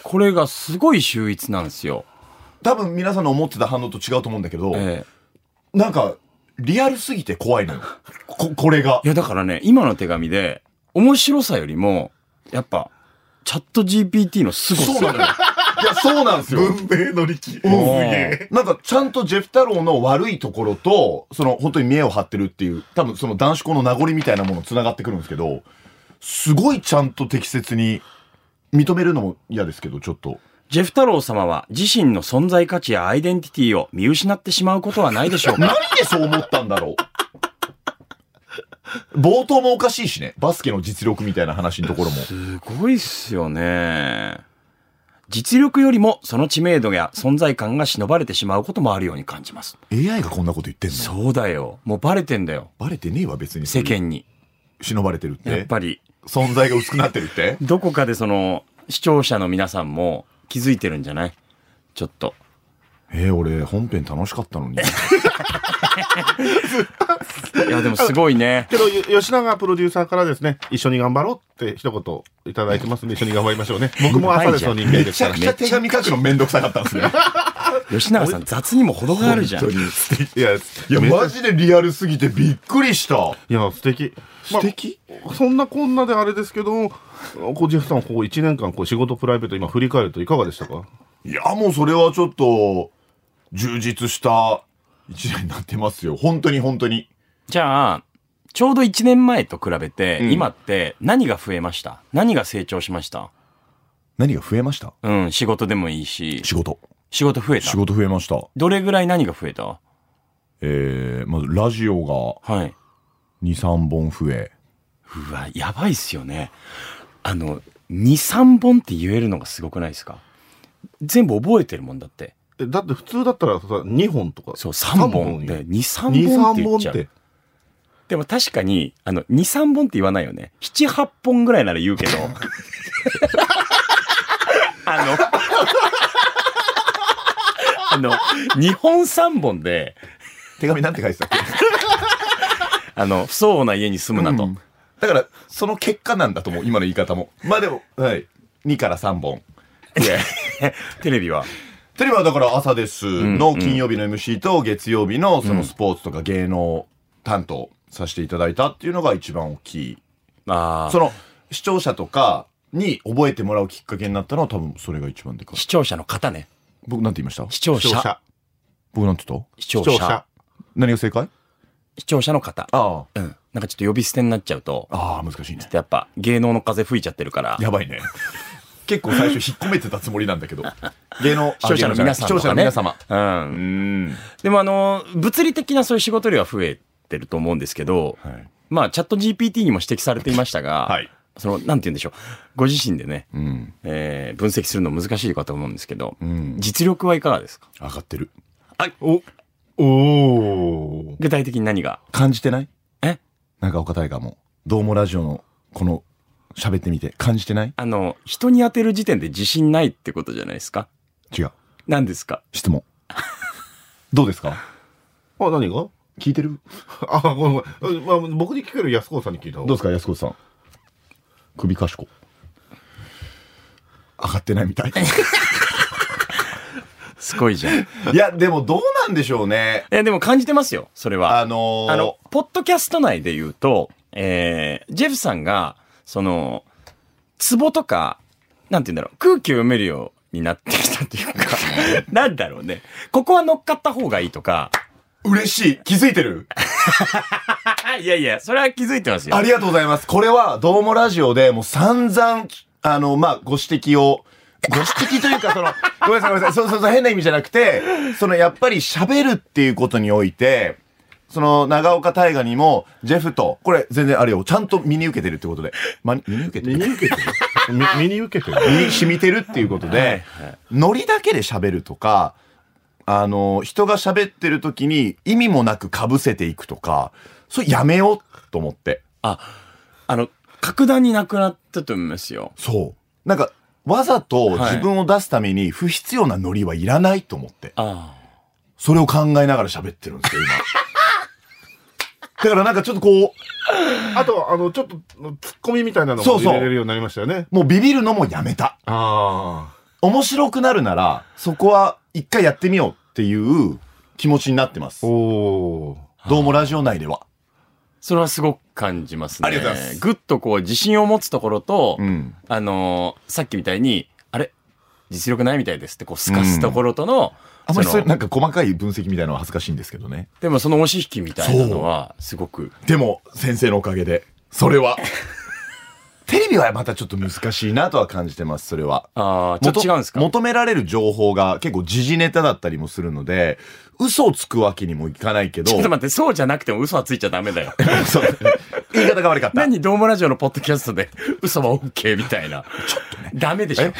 Speaker 1: これがすごい秀逸なんですよ。
Speaker 2: 多分皆さんの思ってた反応と違うと思うんだけど、
Speaker 1: え
Speaker 2: なんか、リアルすぎて怖いのよ。こ、これが
Speaker 1: えい。や、だからね、今の手紙で、面白さよりも、やっぱ、チャット GPT の凄
Speaker 2: そうな
Speaker 1: さ。
Speaker 2: のよ。いや、そうなんですよ。
Speaker 3: 文明の力。
Speaker 2: うん
Speaker 1: すげえ
Speaker 2: なんか、ちゃんとジェフ太郎の悪いところと、その、本当に見栄を張ってるっていう、多分その男子校の名残みたいなもの繋がってくるんですけど、すごいちゃんと適切に認めるのも嫌ですけど、ちょっと。
Speaker 1: ジェフ太郎様は自身の存在価値やアイデンティティを見失ってしまうことはないでしょう
Speaker 2: 何
Speaker 1: か
Speaker 2: でそう思ったんだろう冒頭もおかしいしね。バスケの実力みたいな話のところも。
Speaker 1: すごいっすよね。実力よりもその知名度や存在感が忍ばれてしまうこともあるように感じます。
Speaker 2: AI がこんなこと言ってんの
Speaker 1: そうだよ。もうバレてんだよ。
Speaker 2: バレてねえわ、別に。
Speaker 1: 世。間に。
Speaker 2: 忍ばれてるっ。
Speaker 1: やってぱり。
Speaker 2: 存在が薄くなってる
Speaker 1: <laughs>
Speaker 2: って。
Speaker 1: どこかでその、視聴者の皆さんも気づいてるんじゃないちょっと。
Speaker 2: えー、俺、本編楽しかったのに。
Speaker 1: いや、でもすごい <laughs> ね。
Speaker 3: けど、よ吉永プロデューサーからですね、一緒に頑張ろうって一言いただいてますんで、一緒に頑張りまし <laughs> ょうね。僕も朝ですの人間で
Speaker 2: め
Speaker 3: す
Speaker 2: ち
Speaker 3: か
Speaker 2: ゃ
Speaker 3: ら
Speaker 2: く。ちゃ手紙書くのめんどくさかったんで
Speaker 1: <laughs>
Speaker 2: すね。
Speaker 1: 吉永さん、雑にも程があるじゃん。
Speaker 3: いや、い
Speaker 2: いや、マジでリアルすぎてびっくりした。
Speaker 3: いや、素敵。
Speaker 2: 素敵、
Speaker 3: まあそんなこんなであれですけども、こうジェフさん、こう1年間、こう仕事、プライベート、今振り返るといかがでしたか
Speaker 2: いや、もうそれはちょっと、充実した一年になってますよ。本当に本当に。
Speaker 1: じゃあ、ちょうど1年前と比べて、今って何が増えました何が成長しました
Speaker 2: 何が増えました
Speaker 1: うん、仕事でもいいし、
Speaker 2: 仕事。
Speaker 1: 仕事増えた
Speaker 2: 仕。事増えました。
Speaker 1: どれぐらい何が増えた
Speaker 2: えー、まずラジオが
Speaker 1: はい。
Speaker 2: 2、3本増え。
Speaker 1: うわ、やばいっすよね。あの、 2、3本って言えるのがすごくないですか全部覚えてるもんだって。
Speaker 3: えだって普通だったらさ、2本とか。
Speaker 1: そう、3本で、2、3本って言っちゃう。。でも確かに、あの、2、3本って言わないよね。7、8本ぐらいなら言うけ <laughs> ど。あの、あの、2本3本で、
Speaker 2: 手紙なんて書いてたっけ
Speaker 1: あの、不相応な家に住むなと。
Speaker 2: だから、その結果なんだと思う、今の言い方も。まあでも、はい。2から3本。
Speaker 1: いや、テレビは。
Speaker 2: テレビはだから朝です
Speaker 1: ん
Speaker 2: の金曜日の MC と月曜日のそのスポーツとか芸能担当させていただいたっていうのが一番大きい。
Speaker 1: あ
Speaker 2: その視聴者とかに覚えてもらうきっかけになったのは多分それが一番でかい。
Speaker 1: 視聴者の方ね。
Speaker 2: 僕なんて言いました
Speaker 1: 視聴
Speaker 3: 視聴
Speaker 1: 者。
Speaker 3: 者。
Speaker 2: 僕なんて言った
Speaker 1: 視聴
Speaker 3: 視聴
Speaker 1: 者
Speaker 3: 者。。
Speaker 2: 何が正解
Speaker 1: 視聴者の方。
Speaker 2: あ
Speaker 1: う
Speaker 2: あ。
Speaker 1: ん。なんかちょっと呼び捨てになっちゃうと、
Speaker 2: ああ、難しいね。
Speaker 1: やっぱ芸能の風吹いちゃってるから。
Speaker 2: やば <laughs> いね。結構最初引っ込めてたつもりなんだけど。芸能、
Speaker 1: 視聴者の皆さん
Speaker 2: <laughs> 視
Speaker 1: と
Speaker 2: 聴
Speaker 1: か
Speaker 2: 者の
Speaker 1: ね
Speaker 2: 皆様。
Speaker 1: うん
Speaker 2: う。ん。
Speaker 1: でもあの、物理的なそういう仕事量は増えてると思うんですけど、
Speaker 2: はい。
Speaker 1: まあチャット GPT にも指摘されていましたが、
Speaker 2: はい
Speaker 1: その、なんて言うんでしょう。ご自身でね、
Speaker 2: うん。
Speaker 1: えー分析するの難しいかと思うんですけど、
Speaker 2: うん。
Speaker 1: 実力はいかがですか
Speaker 2: 上がってる。
Speaker 3: おー。
Speaker 1: 具体的に何が
Speaker 2: 感じてない
Speaker 1: え
Speaker 2: 長岡大河も。どうもラジオの、この、喋ってみて、感じてない
Speaker 1: あの、人に当てる時点で自信ないってことじゃないですか
Speaker 2: 違う。
Speaker 1: 何ですか
Speaker 2: 質問。どうですか
Speaker 3: あ、何が <laughs>
Speaker 2: 聞いてる
Speaker 3: あ、ごめんごめん。まあ、僕に聞くより安子さんに聞いた方
Speaker 2: ど
Speaker 3: が
Speaker 2: うですか安子さん。首かしこ。上がってないみたい。
Speaker 1: すごいじゃん。い
Speaker 2: いや、でもどうなんでしょうね。
Speaker 1: や、でも感じてますよ、それは。
Speaker 2: あのー、
Speaker 1: あの、ポッドキャスト内で言うと、えー、ジェフさんが、その、ツボとか、なんて言うんだろう、空気を読めるようになってきたっていうか、
Speaker 2: <laughs>
Speaker 1: なんだろうね。ここは乗っかった方がいいとか、
Speaker 2: 嬉しい。気づいてる。
Speaker 1: あいやいや、それは気づいてますよ
Speaker 2: あ。りがとうございます。これは、どうもラジオでもう散々、あの、まあ、ご指摘を、ご指摘というか、その、 <laughs> ごめんなさい、ごめんなさい。そうそうそう、変な意味じゃなくて、その、やっぱり喋るっていうことにおいて、その、長岡大河にも、ジェフと、これ、全然あれよ、ちゃんと身に受けてるってことで、ま、身に受けて
Speaker 3: 身
Speaker 2: る
Speaker 3: に受けてる。み身に受けてる。
Speaker 2: 身に染みてるっていうことで、ノリだけで喋るとか、あの、人が喋ってる時に意味もなく被せていくとか、それやめようと思って。
Speaker 1: あ、あの、格段になくなったと思いますよ。
Speaker 2: そう。なんか、わざと
Speaker 1: はい
Speaker 2: 自分を出すために不必要なノリはいらないと思って、
Speaker 1: あ
Speaker 2: それを考えながら喋ってるんです <laughs> よ、今。だからなんかちょっとこ
Speaker 3: あと、あの、ちょっと、ツッコミみたいなの
Speaker 2: そう
Speaker 3: も
Speaker 2: そう
Speaker 3: 入れれるようになりましたよね。
Speaker 2: う、もうビビるのもやめた。
Speaker 3: あ
Speaker 2: 面白くなるなら、そこは一回やってみようっていう気持ちになってます
Speaker 3: あ。。おー。
Speaker 2: どうもラジオ内では。
Speaker 1: それはすごく感じますね。
Speaker 2: ありがとうございます
Speaker 1: ぐっとこう、自信を持つところと、
Speaker 2: ん。
Speaker 1: あのーさっきみたいに、あれ実力ないみたいですって、こう、すかすところとの、
Speaker 2: あんまりそうい
Speaker 1: の
Speaker 2: うなんか細かい分析みたいなのは恥ずかしいんですけどね。
Speaker 1: でもその押し引きみたいなのは、すごく。
Speaker 2: でも、先生のおかげで、それは。 <laughs> テレビはまたちょっと難しいなとは感じてます、それは。
Speaker 1: ああ、ちょっと違うんですか
Speaker 2: 求められる情報が結構時事ネタだったりもするので、嘘をつくわけにもいかないけど、
Speaker 1: ちょっと待って、そうじゃなくても嘘はついちゃダメだよ。
Speaker 2: <laughs> そう言い方が悪かった。
Speaker 1: <laughs> 何、ドームラジオのポッドキャストで、 <laughs> 嘘は OK みたいな。ちょっとね。ダメでしょ
Speaker 2: え。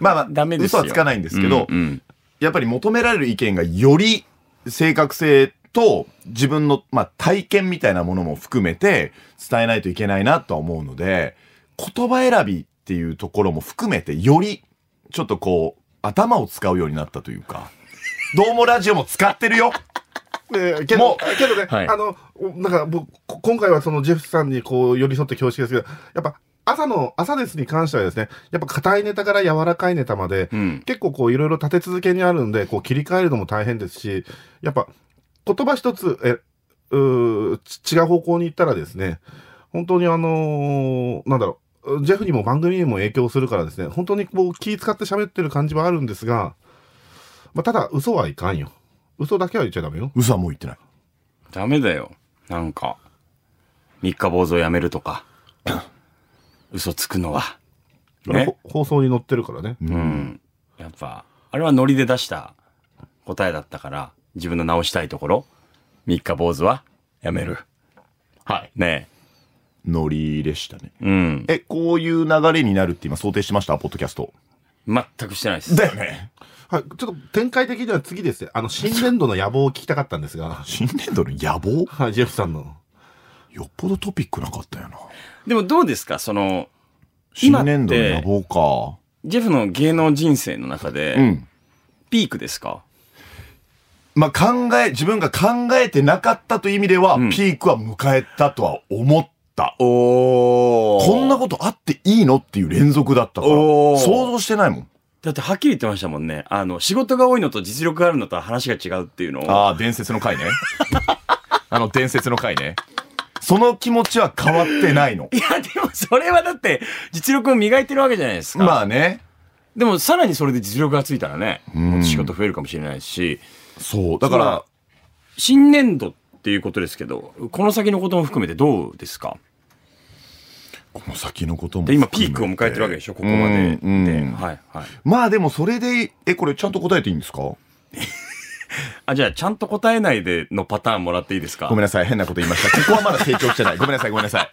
Speaker 2: まあまあ、
Speaker 1: ダメです
Speaker 2: 嘘
Speaker 1: よ。
Speaker 2: はつかないんですけど、
Speaker 1: うんうん
Speaker 2: やっぱり求められる意見がより正確性と自分の、まあ、体験みたいなものも含めて伝えないといけないなとは思うので、言葉選びっていうところも含めて、よりちょっとこう、頭を使うようになったというか、どうもラジオも使ってるよ
Speaker 3: えーけ
Speaker 2: も
Speaker 3: ど、けどね、
Speaker 1: はい
Speaker 3: あの、おなんか僕、こ今回はそのジェフさんにこう寄り添って恐縮ですけど、やっぱ朝の、朝ですに関してはですね、やっぱ硬いネタから柔らかいネタまで、
Speaker 1: うん
Speaker 3: 結構こういろいろ立て続けにあるんで、こう切り替えるのも大変ですし、やっぱ言葉一つ、え、うーち違う方向に行ったらですね、本当にあのーなんだろう、ジェフにも番組にも影響するからですね、本当にこう気使って喋ってる感じはあるんですが、まあ、ただ嘘はいかんよ。嘘だけは言っちゃダメよ。
Speaker 2: 嘘はもう言ってない。
Speaker 1: ダメだよ。なんか、三日坊主をやめると
Speaker 2: <coughs>
Speaker 1: か、嘘つくのは。ね。
Speaker 3: ほ放送に載ってるからね。
Speaker 1: うん。やっぱ、あれはノリで出した答えだったから、自分の直したいところ、三日坊主はやめる。はい。ねえ。
Speaker 2: ノリでしたね。
Speaker 1: うん。
Speaker 2: え、こういう流れになるって今想定してましたポッドキャスト。
Speaker 1: 全くしてないです。
Speaker 2: だよね。。
Speaker 3: はい、ちょっと展開的には次ですね。あの、新年度の野望を聞きたかったんですが
Speaker 2: <laughs> 新年度の野望
Speaker 3: はい、ジェフさんの。
Speaker 2: よっぽどトピックなかったよな。
Speaker 1: でもどうですかその、
Speaker 2: 新
Speaker 1: 今って
Speaker 2: 年度の野望
Speaker 1: ジェフの芸能人生の中
Speaker 2: か。う
Speaker 1: で、
Speaker 2: ん。
Speaker 1: ピークですか、
Speaker 2: まあ、考え、自分が考えてなかったという意味では、
Speaker 1: うん
Speaker 2: ピークは迎えたとは思った。
Speaker 1: お
Speaker 2: こんなことあっていいのっていう連続だったから、
Speaker 1: お
Speaker 2: 想
Speaker 1: ー
Speaker 2: 像してないもん。
Speaker 1: だってはっきり言ってましたもんね。あの、仕事が多いのと実力があるのとは話が違うっていうのを。
Speaker 2: ああ、伝説の <laughs> 回ね。あの、伝説の回ね。その気持ちは変わってないの
Speaker 1: い。や、でもそれはだって、実力を磨いてるわけじゃないですか。
Speaker 2: まあね。
Speaker 1: でもさらにそれで実力がついたらね、
Speaker 2: ん
Speaker 1: もっと仕事増えるかもしれないし、
Speaker 2: そう。だから、
Speaker 1: 新年度っていうことですけど、この先のことも含めてどうですか
Speaker 2: この先のことも
Speaker 1: で今ピークを迎えてるわけでしょ、ここまで。
Speaker 2: うんうん
Speaker 1: ではいはい。
Speaker 2: まあでもそれで、え、これちゃんと答えていいんですかご
Speaker 1: あ、じゃあちゃんと答えないでのパターンもらっていいですか
Speaker 2: めんなさい。変なこと言いました。ここはまだ成長してない。ごめんなさい、ごめんなさ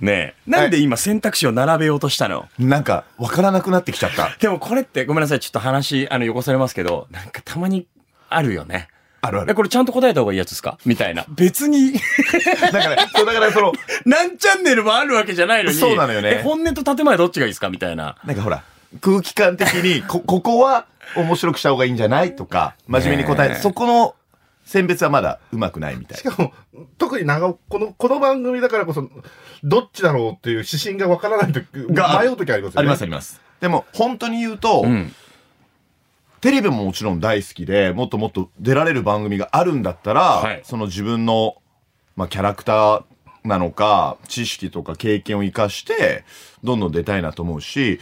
Speaker 1: ねえ。なんで今選択肢を並べようとしたの
Speaker 2: い。なんか、わからなくなってきちゃった。
Speaker 1: でもこれってごめんなさい、ちょっと話、あの、よこされますけど、なんかたまにあるよね。
Speaker 2: あるあ
Speaker 1: え、
Speaker 2: る。
Speaker 1: これちゃんと答えた方がいいやつですかみたいな。別に、
Speaker 2: だから、そう、だからその、
Speaker 1: <laughs> 何チャンネルもあるわけじゃないのに。
Speaker 2: そうなのよね
Speaker 1: え、本音と建前どっちがいいですかみたいな。
Speaker 2: なんかほら、空気感的に、こ、ここは面白くした方がいいんじゃないとか、真面目に答え、
Speaker 1: ねえ
Speaker 2: そこの選別はまだうまくないみたい
Speaker 3: し。かも、特に長尾、この、この番組だからこそ、どっちだろうっていう指針がわからないとき、
Speaker 2: が
Speaker 3: 迷うときありますよね。
Speaker 2: ありますあります。でも、本当に言うと、
Speaker 1: うん。
Speaker 2: テレビももちろん大好きで、もっともっと出られる番組があるんだったら、
Speaker 1: はい
Speaker 2: その自分の、まあ、キャラクターなのか、知識とか経験を生かして、どんどん出たいなと思うし、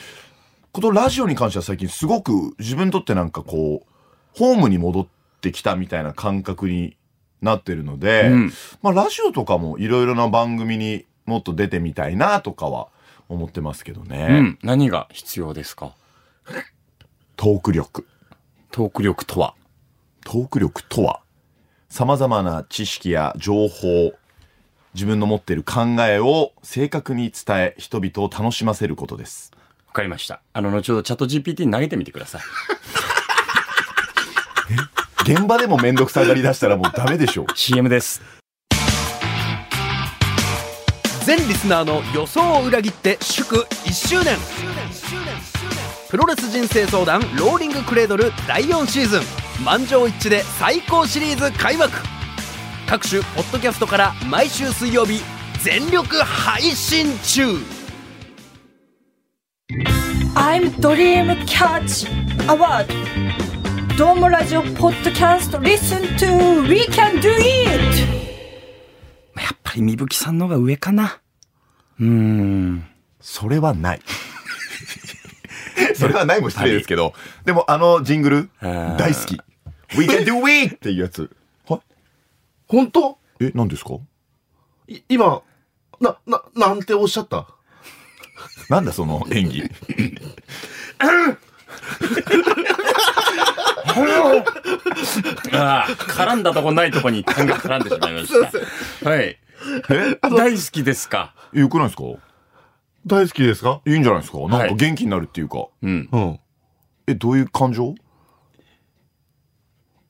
Speaker 2: このラジオに関しては最近すごく自分にとってなんかこう、ホームに戻ってきたみたいな感覚になってるので、
Speaker 1: うん
Speaker 2: まあラジオとかもいろいろな番組にもっと出てみたいなとかは思ってますけどね。
Speaker 1: うん。何が必要ですか
Speaker 2: トーク力。
Speaker 1: トーク力とは。
Speaker 2: トーク力とは様々な知識や情報自分の持っている考えを正確に伝え人々を楽しませることです
Speaker 1: わかりました。あの、後ほどチャット GPT に投げてみてください。
Speaker 2: 現場でも面倒くさがり出したらもうダメでしょ
Speaker 1: CM です。
Speaker 5: 全リスナーの予想を裏切って祝1周年プロレス人生相談ローリングクレードル第4シーズン満場一致で最高シリーズ開幕各種ポッドキャストから毎週水曜日全力配信中
Speaker 6: I'm Dream Catch Award どうもラジオポッドキャスト Listen to We can do it
Speaker 1: やっぱりみぶきさんの方が上かな。うーん。
Speaker 2: それはないそれはないも失礼ですけどでもあのジングル
Speaker 1: ー
Speaker 2: 大好き「We can do it!」っていうやつは
Speaker 3: 本当
Speaker 2: え何ですか
Speaker 3: い今、な、な、なんておっしゃった
Speaker 2: なんだその演技
Speaker 1: ああ、絡んだとこないとこに単が絡んでしまいました。はい。大好きですか。
Speaker 2: よくないですか
Speaker 3: 大好きですか
Speaker 2: いいんじゃないですかなん
Speaker 1: は
Speaker 2: か
Speaker 1: い
Speaker 2: 元気になるっていうか、
Speaker 1: うん。
Speaker 3: うん。
Speaker 2: えどういう感情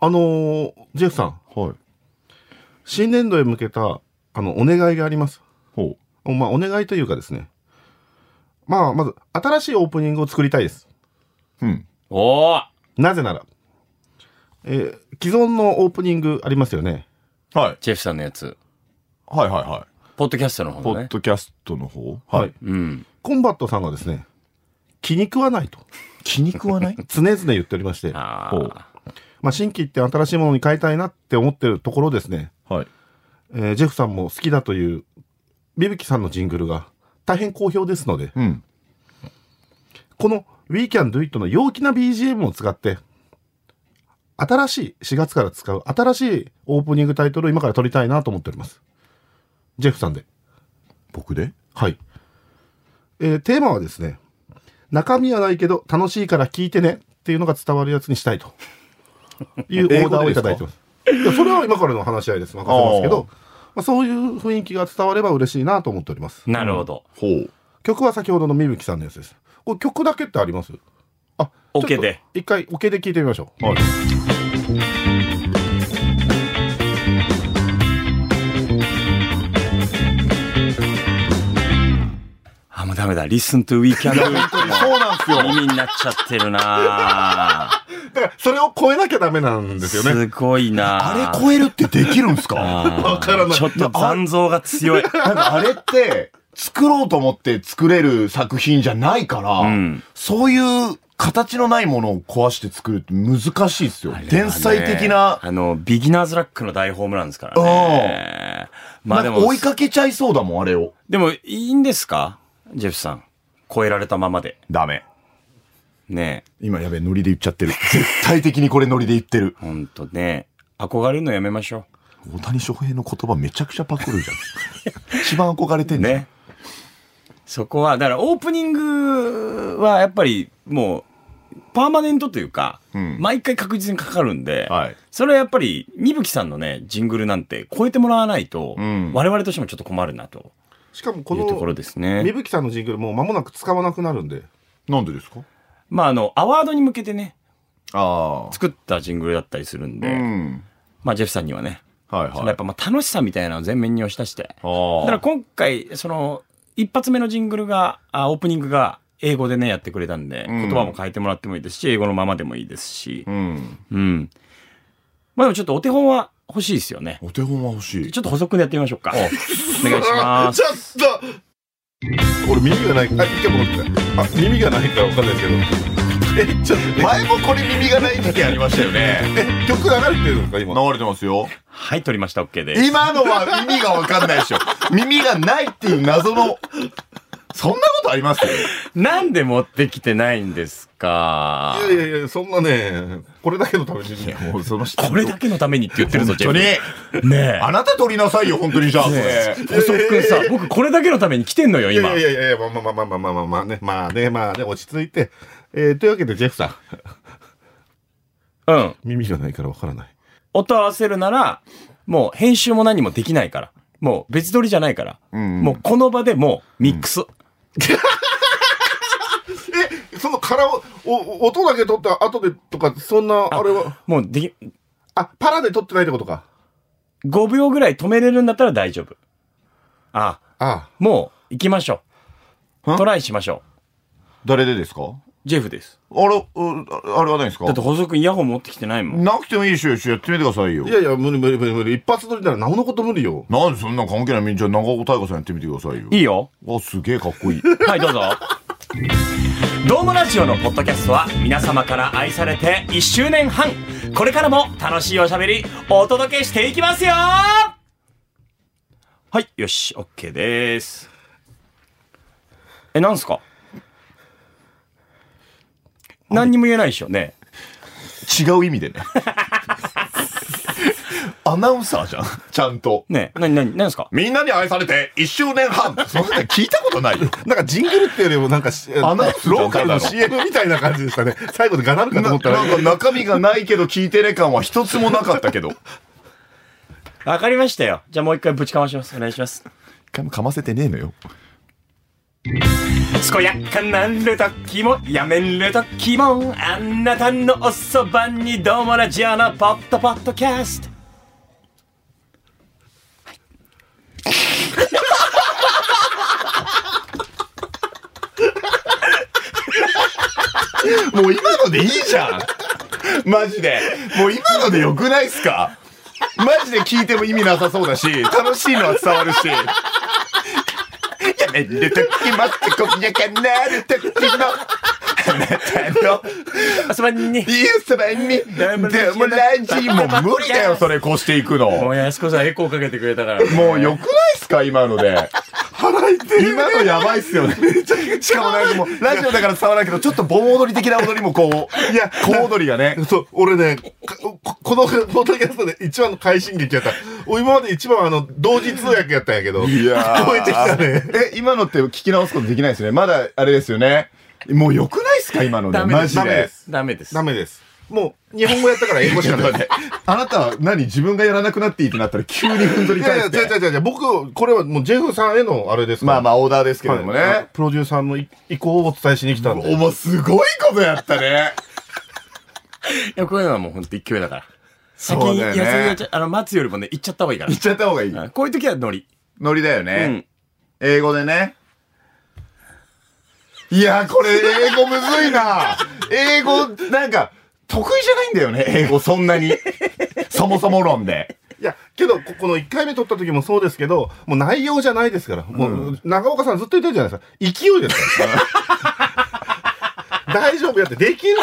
Speaker 3: あのージェフさん、
Speaker 2: はい
Speaker 3: 新年度へ向けた、あの、お願いがあります。
Speaker 2: ほう
Speaker 3: おまあ、お願いというかですね。まあ、まず、新しいオープニングを作りたいです。
Speaker 2: うん。
Speaker 1: おー
Speaker 3: なぜなら、えー既存のオープニングありますよね。
Speaker 2: はい。
Speaker 1: ジェフさんのやつ。
Speaker 2: はいはいはい。
Speaker 1: ポッドキャストの
Speaker 2: ポ
Speaker 1: 方
Speaker 2: ッ
Speaker 1: ね。
Speaker 2: ドキャストの方。
Speaker 3: はい。
Speaker 1: うん。
Speaker 3: コンバットさんがですね、気に食わないと、
Speaker 2: 気に食わない
Speaker 3: 常々言っておりまして、
Speaker 1: あ
Speaker 2: <laughs> ほう
Speaker 1: あ。
Speaker 3: まあ、新規って新しいものに変えたいなって思ってるところですね、
Speaker 2: はい。
Speaker 3: えージェフさんも好きだという、ビブキさんのジングルが大変好評ですので、
Speaker 2: うん。
Speaker 3: この We Can Do It の陽気な BGM を使って、新しい、4月から使う新しいオープニングタイトルを今から撮りたいなと思っております。ジェフさんで。
Speaker 2: 僕で
Speaker 3: はい。えーテーマはですね、中身はないけど楽しいから聞いてねっていうのが伝わるやつにした <laughs> いというオーダーをいただいてます。いやそれは今からの話し合いです。任せますけど、まあ、そういう雰囲気が伝われば嬉しいなと思っております。
Speaker 1: なるほど。
Speaker 2: ほう。
Speaker 3: 曲は先ほどのみぶきさんのやつです。これ曲だけってありますあ、
Speaker 1: オケで。
Speaker 3: 一回オケで聞いてみましょう。はい。
Speaker 1: あ、もうダメだ。Listen to Weekend
Speaker 2: そうなんですよ。
Speaker 1: 耳になっちゃってるなぁ
Speaker 3: だから、それを超えなきゃダメなんですよね。
Speaker 1: すごいなぁ
Speaker 2: あれ超えるってできるんですか
Speaker 1: あー
Speaker 3: わからない
Speaker 1: ちょっと残像が強い。
Speaker 2: なんかあれって、作ろうと思って作れる作品じゃないから、
Speaker 1: うん
Speaker 2: そういう形のないものを壊して作るって難しいですよ。天才的な、
Speaker 1: あの、ビギナーズラックの大ホームランですからね。まあで
Speaker 2: なんか
Speaker 1: も
Speaker 2: 追い、かけちゃいそうだもん、あれを。
Speaker 1: でもいいんですかジェフさん。超えられたままで。
Speaker 2: ダメ。
Speaker 1: ねえ。
Speaker 2: 今やべえ、ノリで言っちゃってる。絶対的にこれノリで言ってる。
Speaker 1: ほんとね。憧れるのやめましょ
Speaker 2: 大谷翔平の言葉めちゃくちゃパクるじ
Speaker 3: <laughs>
Speaker 2: ゃん。一番憧れて
Speaker 1: う。
Speaker 2: んじゃん。
Speaker 1: ね。そこは、だからオープニングはやっぱりもう、パーマネントというか、
Speaker 2: うん
Speaker 1: 毎回確実にかかるんで、
Speaker 2: はい
Speaker 1: それはやっぱり、みぶきさんのね、ジングルなんて超えてもらわないと、
Speaker 2: ん
Speaker 1: 我々としてもちょっと困るなと
Speaker 3: しかもこ
Speaker 1: いうところ
Speaker 3: の、
Speaker 1: ですね。
Speaker 3: みぶきさんのジングルもう間もなく使わなくなるんで。
Speaker 2: なんでですか
Speaker 1: まあ、あの、アワードに向けてね、
Speaker 2: あ
Speaker 1: 作ったジングルだったりするんで、
Speaker 2: あ。うん。
Speaker 1: まあ、ジェフさんにはね、
Speaker 2: はい
Speaker 1: その
Speaker 2: は
Speaker 1: やっ
Speaker 2: い。
Speaker 1: ぱまあ楽しさみたいなのを前面に押し出して、だか
Speaker 2: あ
Speaker 1: ら今回、その、一発目のジングルが、あオープニングが、英語でね、やってくれたんで、
Speaker 2: ん
Speaker 1: 言葉も変えてもらってもいいですし、英語のままでもいいですし
Speaker 2: あ。う、ん。
Speaker 1: うん。まあでもちょっとお手本は欲しいですよね。
Speaker 2: お手本は欲しい
Speaker 1: ち。ょっと補足でやってみましょうか。お願いします。
Speaker 3: ちょっと俺耳がない。あ、一回戻ってあ、耳がないからわかんないですけど。え、ちょっと、
Speaker 2: 前もこれ耳がない時期ありましたよね。
Speaker 3: え、曲流れてるんですか、今。
Speaker 2: <laughs> 流れてますよ。
Speaker 1: はい、撮りました。OK です。
Speaker 2: 今のは意味がわかんないでしょ。耳がないっていう謎の、そんなことあります
Speaker 1: なんで持ってきてないんですか
Speaker 3: いやいやいや、そんなね、これだけのために。
Speaker 2: もうその人
Speaker 1: これだけのためにって言ってるぞ、
Speaker 2: 本
Speaker 1: ジ
Speaker 2: 当
Speaker 1: ェ
Speaker 2: に。
Speaker 1: フ。ね
Speaker 2: あなた取りなさいよ、本当にじゃあ。それ
Speaker 1: え。補足くんさ、僕これだけのために来てんのよ、
Speaker 3: いや
Speaker 1: 今
Speaker 3: い。やいやいや、まあまあまあまあまあまあまあね、まあね、まあね、落ち着いて。えー、というわけで、ジェフさん。
Speaker 1: うん。
Speaker 3: 耳がないからわからない。
Speaker 1: 音合わせるなら、もう編集も何もできないから。もう別撮りじゃないから。
Speaker 2: ん
Speaker 1: もうこの場でもうミックス。
Speaker 3: え、その殻を、お、音だけ取った後でとか、そんな、あれは、
Speaker 1: もうでき、
Speaker 3: あ、パラで取ってないってことか。
Speaker 1: 5秒ぐらい止めれるんだったら大丈夫。あ、
Speaker 3: あ
Speaker 1: もう行きましょう。トライしましょ
Speaker 2: 誰でですか
Speaker 1: う。ジェフです。
Speaker 2: あれ、うあれはないですか
Speaker 1: だって補足イヤホン持ってきてないもん。
Speaker 2: なくてもいいでしょ、やってみてくださいよ
Speaker 3: あ。い。やいや、無理無理無理無理。一発撮りなら、なおのこと無理よ。
Speaker 2: なんでそんな関係ないみんじゃあ長尾大河さんやってみてくださいよ。
Speaker 1: いいよ。
Speaker 2: あ、すげえかっこいい。
Speaker 1: はい、どうぞ。ドームラジオのポッドキャストは皆様から愛されて1周年半。これからも楽しいおしゃべりお届けしていきますよはい、よし、OK です。え、なんすか何にも言えないでしょうね。
Speaker 2: 違う意味で <laughs> ね。アナウンサーじゃん。ちゃんと。
Speaker 1: ねえ、なになに、なんすか
Speaker 2: みんなに愛されて1周年半。そんなの聞いたことない <laughs> よ。
Speaker 3: なんかジングルっていうよりもなんかし、
Speaker 2: あの
Speaker 3: ローカルの CM みたいな感じでしたね。最後でガなるかと
Speaker 2: なな
Speaker 3: 思
Speaker 2: ん
Speaker 3: ったら、
Speaker 2: か中身がないけど聞いてね感は <laughs> 一つもなかったけど。
Speaker 1: わかりましたよ。じゃあもう一回ぶちかまします。お願いします。
Speaker 2: 一回も噛ませてねえのよ。
Speaker 1: 健やかなる時もやめる時もあなたのおそばにどうもラジオのポッドポッドキャスト
Speaker 2: もう今のでいいじゃん。マジで。もう今のでよくないっすかマジで聞いても意味なさそうだし、楽しいのは伝わるし。やめるときもって今夜かなるときの、あなたの、
Speaker 1: おそばに
Speaker 2: いいそばに、でもラジも無理だよ、それ越していくの。
Speaker 1: もうやすこさんエコーかけてくれたから
Speaker 2: もう良くないっすか今ので。払いて今のやばいっすよね。しかもなんかもう、ラジオだから伝わらないけど、ちょっと盆踊り的な踊りもこう、いや、小踊りがね。
Speaker 3: そう、俺ね、かここのポッドキャストで一番の快進撃やった。俺今まで一番あの、同時通訳やったんやけど、
Speaker 2: いやー
Speaker 3: 聞こえてきたね。
Speaker 2: <laughs> え、今のって聞き直すことできないですよね。まだ、あれですよね。もう良くないっすか今ので。
Speaker 1: ダメです
Speaker 3: ダ
Speaker 2: マジ
Speaker 3: メで
Speaker 2: で。
Speaker 3: す。
Speaker 1: ダメです
Speaker 3: ダメです。もう、日本語やったから英語しかない。
Speaker 2: あなたは何自分がやらなくなっていいってなったら急に踏んぞ
Speaker 3: い
Speaker 2: り
Speaker 3: やいや、
Speaker 2: 返
Speaker 3: 違う
Speaker 2: っ
Speaker 3: 違
Speaker 2: て。
Speaker 3: う違う違う。僕、これはもうジェフさんへのあれですから。
Speaker 2: まあまあオーダーですけれどもね。
Speaker 3: はいプロデューサーの意向をお伝えしに来たんで。
Speaker 2: お前すごいことやったね。
Speaker 1: いや、こういうのはもう本当一挙だから。先
Speaker 2: そう
Speaker 1: に
Speaker 2: だよ
Speaker 1: 休
Speaker 2: ね
Speaker 1: みがちゃあの、待つよりもね、行っちゃった方がいいか
Speaker 2: 言っちゃった方がいい。
Speaker 1: ら。うんこういう時はノリ。
Speaker 2: ノリだよ
Speaker 1: う
Speaker 2: ね
Speaker 1: ん。。
Speaker 2: 英語でね。いや、これ英語むずいな。英語、なんか、得意じゃないんだよね。英語そん
Speaker 3: <laughs>
Speaker 2: なに。そもそも論で。
Speaker 3: いや、けど、ここの1回目撮った時もそうですけど、もう内容じゃないですから。もう、長岡さんずっと言ってるじゃないですか。勢いです <laughs> から。大丈夫やって、できるっ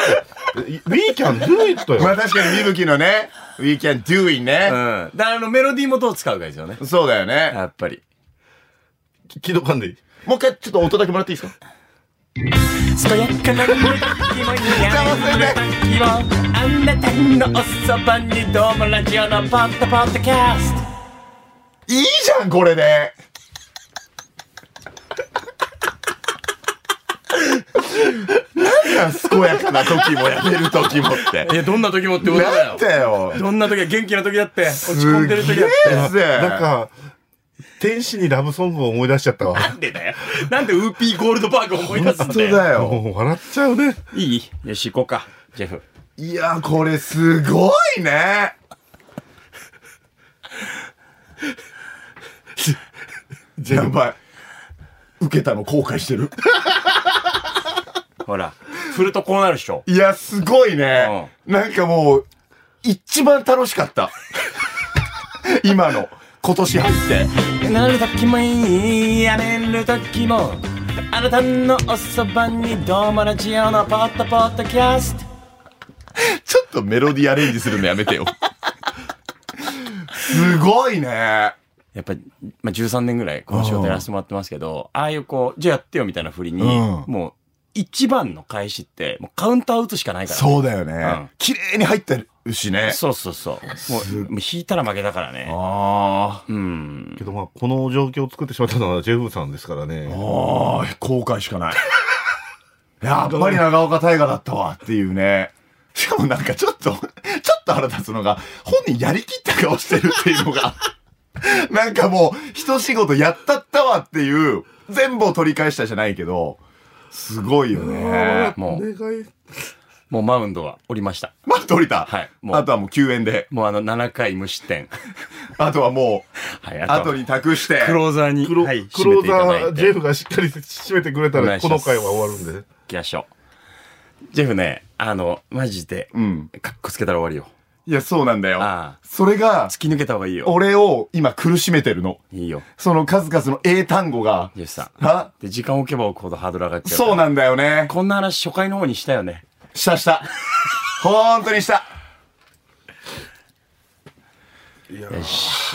Speaker 3: て。We can do it よ。
Speaker 2: まあ確かに、みぶきのね、we can do it
Speaker 1: うん。だ
Speaker 2: ね。
Speaker 1: からあの、メロディーもどう使うかですよね。
Speaker 2: そうだよね。
Speaker 1: やっぱり。
Speaker 3: 気度感でいい。
Speaker 2: もう一回ちょっと音だけもらっていいですか
Speaker 6: すとやかな気持ちに
Speaker 2: 歌わせて
Speaker 6: 気をあなたのおそばにどうもラジオのポッドポッドキャスト
Speaker 2: いいじゃん、これで。なんなん、健やかな時もやめる時もって。
Speaker 1: え、どんな時もってことだ
Speaker 2: なん
Speaker 1: よ。
Speaker 2: だよ。
Speaker 1: どんな時は元気な時だって、落ち込んでる時だっ
Speaker 2: すげ
Speaker 1: て。
Speaker 2: えぜ
Speaker 3: なんか、天使にラブソングを思い出しちゃ <laughs> ったわ。
Speaker 1: なんでだよ。なんでウーピーゴールドバーグ思い出すん
Speaker 2: 本
Speaker 1: だ
Speaker 2: 当
Speaker 1: よ。
Speaker 2: だよ。
Speaker 3: もう笑っちゃうね。
Speaker 1: いいよし、行こうか。ジェフ。
Speaker 2: いや、これすごいね。やばい。受けたの後悔してる。
Speaker 1: ほら、振るとこうなるでしょ。
Speaker 2: いや、すごいね。なんかもう、一番楽しかった。今の、今年入って。
Speaker 1: なる時もいいやめる時もあなたのおそばにどうもラジオのポッドポッドキャスト
Speaker 2: ちょっとメロディーアレンジするのやめてよ。すごいね。
Speaker 1: やっぱり、まあ、13年ぐらいこの仕事やらせてもらってますけどああいうこうじゃあやってよみたいなふりに、
Speaker 2: うん
Speaker 1: もう一番の開始ってもうカウンター打つしかないから
Speaker 2: そうだよ
Speaker 1: ん
Speaker 2: ね。綺麗に入ってるしね。
Speaker 1: そうそうそうもうもう引いたら負けだからね
Speaker 2: ああ。
Speaker 1: うん
Speaker 3: けどまあ、この状況を作ってしまったのはジェフさんですからね。
Speaker 2: ああ、後悔しか
Speaker 1: <laughs>
Speaker 2: ない。やっぱり長岡大河だったわっていうね。しかもなんかちょっと、ちょっと腹立つのが、本人やりきった顔してるっていうのが、 <laughs> なんかもう、一仕事やったったわっていう、全部を取り返したじゃないけど、すごいよね。
Speaker 1: もう
Speaker 3: 願い。
Speaker 1: もうマウンドは降りました
Speaker 2: まあ、取りた。
Speaker 1: はいもう
Speaker 2: あとはもう救援で。
Speaker 1: もうあの7回無失点
Speaker 2: あとはも、
Speaker 1: はいうあと
Speaker 2: 後に託して。
Speaker 1: クローザーに
Speaker 3: クロ,、
Speaker 1: はい
Speaker 3: ク
Speaker 1: 締め
Speaker 3: ロー
Speaker 1: ていただい
Speaker 3: ザー
Speaker 1: て
Speaker 3: ジェフがしっかり締めてくれた
Speaker 1: お願
Speaker 3: ら
Speaker 1: い
Speaker 3: こ
Speaker 1: しま
Speaker 3: の
Speaker 1: す
Speaker 3: 回は終わるんでね
Speaker 1: 行きましょう。ジェフね、あの、マジで、
Speaker 2: うん。
Speaker 1: かっこつけたら終わりよ。
Speaker 2: いや、そうなんだよ。
Speaker 1: ああ
Speaker 2: それが、
Speaker 1: 突き抜けた方がいいよ。
Speaker 2: 俺を今苦しめてるの。
Speaker 1: いいよ。
Speaker 2: その数々の英単語が、
Speaker 1: ジェフさん。
Speaker 2: あ
Speaker 1: で、時間置けば置くほどハードル上がっちゃう。
Speaker 2: そう。なんだよね。
Speaker 1: こんな話初回の方にしたよね。
Speaker 2: したした。ほんとにした。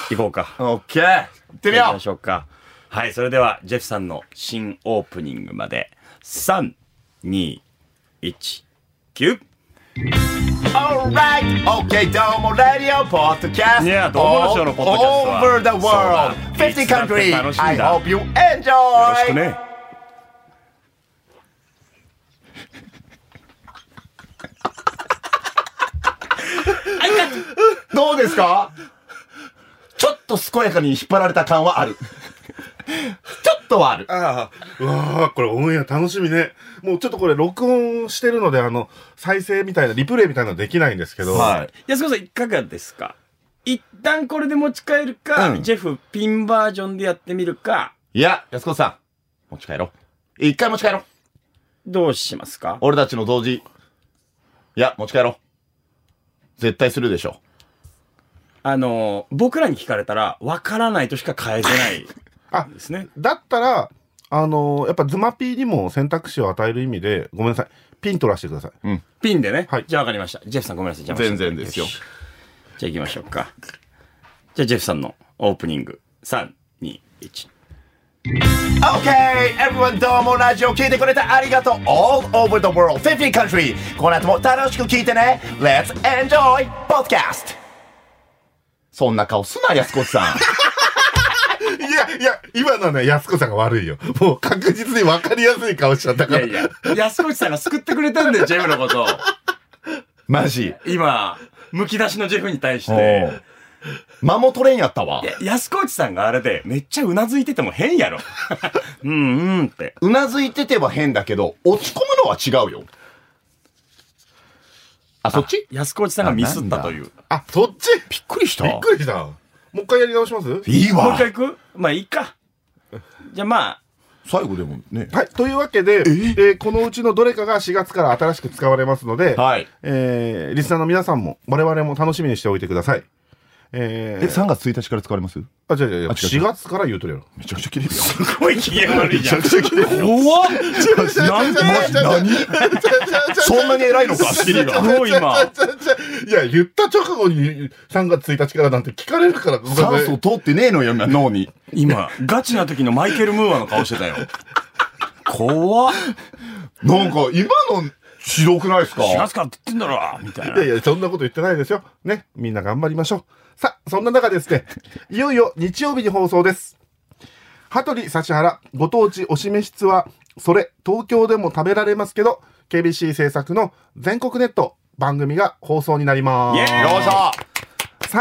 Speaker 1: 行こうか。
Speaker 2: オッケー。行ってみよ
Speaker 1: 行きま
Speaker 2: う
Speaker 1: しょうか。はい、それでは、ジェフさんの新オープニングまで、3、2、1、9。
Speaker 2: !Alright! OK! どうもラディオポッドキャスト
Speaker 1: Yeah どうもラジオのポッドキャストは
Speaker 2: All over the
Speaker 1: そうだ
Speaker 2: world! 50
Speaker 1: いつ
Speaker 2: countries!
Speaker 1: だって楽しいん
Speaker 2: I
Speaker 1: だ
Speaker 2: hope you
Speaker 1: よろしく
Speaker 2: enjoy!
Speaker 1: ね。
Speaker 2: どうですかちょっと健やかに引っ張られた感は
Speaker 1: <laughs>
Speaker 2: ある。ちょっとはある。
Speaker 3: ああうわあこれオンエア楽しみねもうちょっとこれ録音してるのであの再生みたいなリプレイみたいなのできないんですけど、
Speaker 2: はい。
Speaker 1: 安子さん、いかがですか一旦これで持ち帰るか、
Speaker 2: うん
Speaker 1: ジェフピンバージョンでやってみるか、
Speaker 2: いや、安子さん。持ち帰ろう。一回持ち帰ろう。
Speaker 1: どうしますか
Speaker 2: 俺たちの同時。いや、持ち帰ろう。絶対するでしょ。
Speaker 1: あの、僕らに聞かれたら、わからないとしか返せない
Speaker 3: あ
Speaker 1: ですね。
Speaker 3: だったらあのーやっぱズマピーにも選択肢を与える意味でごめんなさいピン取らせてください
Speaker 1: ピンでね。
Speaker 3: はい
Speaker 1: じゃあわかりました。ジェフさんごめんなさい。邪魔しちゃった
Speaker 2: 全然ですよ
Speaker 1: しじゃあ行きましょうか。じゃあジェフさんのオープニング。3、2、1。
Speaker 2: OK! everyone どうもラジオ聞いてくれてありがとう All over the world 50 country この後も楽しく聞いてね Let's enjoy podcast そんな顔すな、安子 <laughs> さん。
Speaker 3: いやいや今のはね安子さんが悪いよもう確実に分かりやすい顔しちゃった
Speaker 1: い
Speaker 3: か
Speaker 1: や
Speaker 3: ら
Speaker 2: <laughs>
Speaker 1: いや、安越さんが救ってくれたんだよ、ジェフのことを。
Speaker 2: マジ。
Speaker 1: 今、むき出しのジェフに対し
Speaker 2: お
Speaker 1: て、
Speaker 2: う間も取れんやったわ
Speaker 1: い。や安河内さんがあれで、めっちゃうなずいてても変やろ。うんうんって。
Speaker 2: うなずいてては変だけど、落ち込むのは違うよ。あ、そっち
Speaker 1: 安河内さんがミスったという。
Speaker 3: あ、そっちびっ
Speaker 2: びっくりし
Speaker 3: びっくりした。もう一回やり直しますはい
Speaker 2: い
Speaker 1: もう
Speaker 2: わ
Speaker 1: 一。回行くまあ、いいか。じゃあま
Speaker 2: 最後でもね。
Speaker 3: い。というわけで、えーこのうちのどれかが4月から新しく使われますので、
Speaker 1: <laughs>
Speaker 2: はい。
Speaker 3: えー、リスナーの皆さんも、我々も楽しみにしておいてください。え
Speaker 2: え、
Speaker 3: ー、
Speaker 2: 3月1日から使われますめ
Speaker 3: あ、違う違う違う、
Speaker 2: あ違う違う
Speaker 3: 4月から言うとるやろ。
Speaker 2: ちゃくちゃ切れるよ。
Speaker 1: あ、すごい機嫌悪いじゃん。
Speaker 2: <laughs> 怖っ
Speaker 1: なんで
Speaker 2: 何
Speaker 3: <laughs>
Speaker 2: <laughs> そんなに偉いのか、キリが。
Speaker 1: すごい今。
Speaker 3: いや、言った直後に3月1日からなんて聞かれるから、ここで
Speaker 2: 酸素通ってねえのよ、今脳に。
Speaker 1: 今、ガチな時のマイケル・ムーアの顔してたよ。怖っ。
Speaker 2: なんか、今の、ひどくないですか
Speaker 1: 4月からって言ってんだろみたい
Speaker 3: いやい
Speaker 1: な。
Speaker 3: や、そんなこと言ってないですよ。ね。みんな頑張りましょう。さあ、そんな中です
Speaker 2: <laughs>
Speaker 3: ね、いよいよ日曜日に放送です。羽鳥指原、ご当地お示しツアー、それ、東京でも食べられますけど、KBC 制作の全国ネット番組が放送になりま
Speaker 1: イエ
Speaker 3: す。
Speaker 1: ーイ
Speaker 2: よっしゃ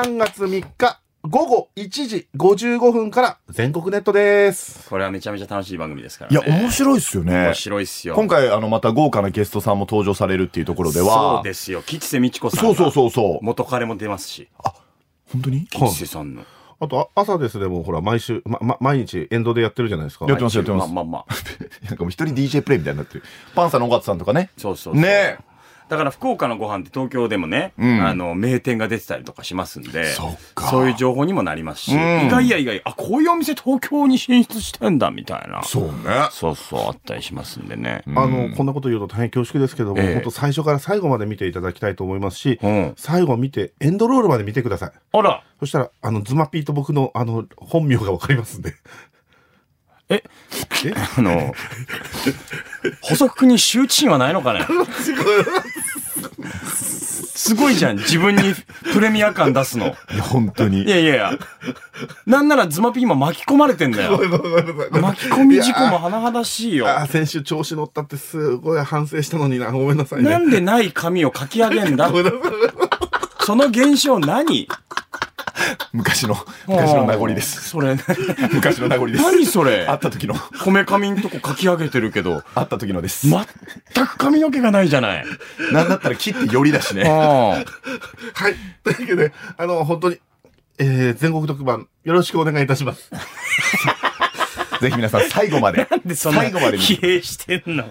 Speaker 3: 3月3日午後1時55分から全国ネットです。
Speaker 1: これはめちゃめちゃ楽しい番組ですから
Speaker 2: い
Speaker 1: ね。
Speaker 2: や、面白いっすよね
Speaker 1: 面。白いっすよ。
Speaker 2: 今回、あの、また豪華なゲストさんも登場されるっていうところで
Speaker 1: そう
Speaker 2: は、
Speaker 1: ですよ。吉瀬美智子さん。
Speaker 2: そうそうそうそう。
Speaker 1: 元彼も出ますし。
Speaker 2: 本当に
Speaker 1: 吉瀬さんの。
Speaker 3: あと、あ朝ですでもほら、毎週、ま、ま、毎日エンドでやってるじゃないですか。
Speaker 2: やってます、やってま
Speaker 1: ますあ。まあま
Speaker 2: <laughs>
Speaker 1: あ。
Speaker 2: なんかもう一人 DJ プレイみたいになってる。パンサーの尾形さんとかね。
Speaker 1: そうそうそう。
Speaker 2: ね
Speaker 1: だから福岡のご飯って東京でもね、
Speaker 2: ん
Speaker 1: あの、名店が出てたりとかしますんで、
Speaker 2: そっか
Speaker 1: そういう情報にもなりますし、
Speaker 2: うん
Speaker 1: 意外や意外、あ、こういうお店東京に進出してんだ、みたいな。
Speaker 2: そうね。
Speaker 1: そうそう、あったりしますんでね。
Speaker 3: あの、こんなこと言うと大変恐縮ですけども、
Speaker 1: ええ
Speaker 3: 本当最初から最後まで見ていただきたいと思いますし、
Speaker 1: うん
Speaker 3: 最後見て、エンドロールまで見てください。
Speaker 1: あら、
Speaker 3: そしたら、あの、ズマピーと僕の、あの、本名がわかります
Speaker 1: <laughs>
Speaker 3: んで。
Speaker 1: え、 <laughs> あの、補足に羞恥心はないのかねすごいじゃん、自分にプレミア感出すの。
Speaker 2: いや、本当
Speaker 1: い
Speaker 2: に。
Speaker 1: やいやいや。なんならズマピー今巻き込まれてんだよ。巻き込み事故も甚だしいよ。
Speaker 3: ああ、先週調子乗ったってすごい反省したのにな。ごめんなさいね。
Speaker 1: なんでない紙を書き上げんだその現象何
Speaker 2: 昔の、昔の名残で
Speaker 1: もう
Speaker 2: す。
Speaker 1: それ、
Speaker 2: <laughs> 昔の名残です。
Speaker 1: 何それ
Speaker 2: 会った時の、
Speaker 1: こめかみんとこ書き上げてるけど、
Speaker 2: 会った時のです。
Speaker 1: 全く髪の毛がないじゃない。
Speaker 2: なんだったら切ってよりだしね。
Speaker 1: あ
Speaker 3: はい。というわけで、あの、本当に、えー、全国特番、よろしくお願いいたします。
Speaker 2: ぜひ皆さん最後まで。
Speaker 1: で、そんな
Speaker 2: 最後まで見て
Speaker 1: 疲弊してんの。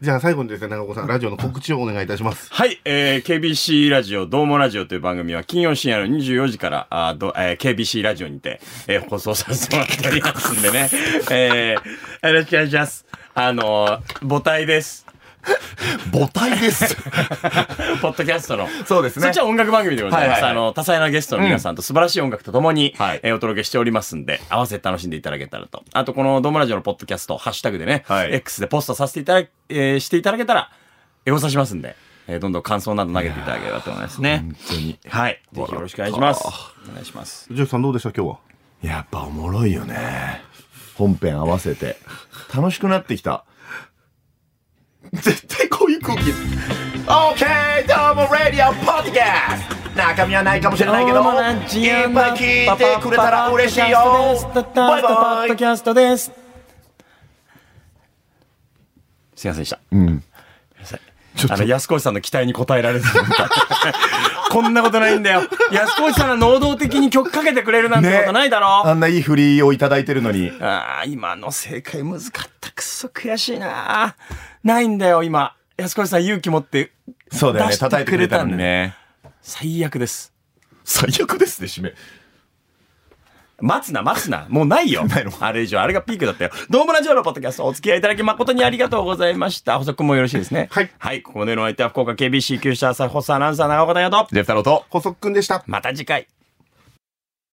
Speaker 3: じゃあ最後にですね、長岡さん、ラジオの告知をお願いいたします。
Speaker 1: はい、えー、KBC ラジオ、どうもラジオという番組は金曜深夜の24時から、あーどえー KBC ラジオにて、えー放送させてもらっておりますんでね。えー、よろしくお願いします。あのー母体です。
Speaker 2: 母体です。
Speaker 1: <laughs> ポッドキャストの。
Speaker 2: そうですね
Speaker 1: そっちは音楽番組でございます。
Speaker 2: はいはいはい
Speaker 1: あの、多彩なゲストの皆さんと素晴らしい音楽とともに、
Speaker 2: はい
Speaker 1: えーお届けしておりますんで、合わせて楽しんでいただけたらと。あと、このドームラジオのポッドキャスト、ハッシュタグでね、
Speaker 2: はい
Speaker 1: X でポストさせていただ、えーしていただけたら、エゴさしますんで、えーどんどん感想など投げていただければと思いますね。本当に。はい。ぜひよろしくお願いします。お願いします。
Speaker 3: ジョーさんどうでした今日は。
Speaker 2: やっぱおもろいよね。本編合わせて。楽しくなってきた。絶対こういう空気。OK! どうも Radio Podcast! 中身はないかもしれないけど、いっぱい聞いてくれたら嬉しいよバイバイ
Speaker 1: ャストです。すいませんでした。うん。ちょっとあの安越さんの期待に応えられず <laughs> こんなことないんだよ安越さんが能動的に曲かけてくれるなんてことないだろ、
Speaker 2: あんないい振りをいただいてるのに。
Speaker 1: ああ今の正解難かったくそ悔しいなないんだよ今安越さん勇気持って
Speaker 2: そうだよね。
Speaker 1: 出して
Speaker 2: 叩いてくれたんでね。
Speaker 1: 最悪です
Speaker 2: 最悪ですね、締め。
Speaker 1: 待つな、待つな。もうないよ。
Speaker 2: ないの
Speaker 1: あれ以上、あれがピークだったよ。どうもラジオのポッドキャスト、お付き合いいただき誠にありがとうございました。補足もよろしいですね。
Speaker 3: はい
Speaker 1: はい、ここまでのお相手は福岡 KBC 級社朝日放送アナウンサー長岡大和と。
Speaker 2: ジェフ太郎と。
Speaker 3: 細くんでした。
Speaker 1: また次回。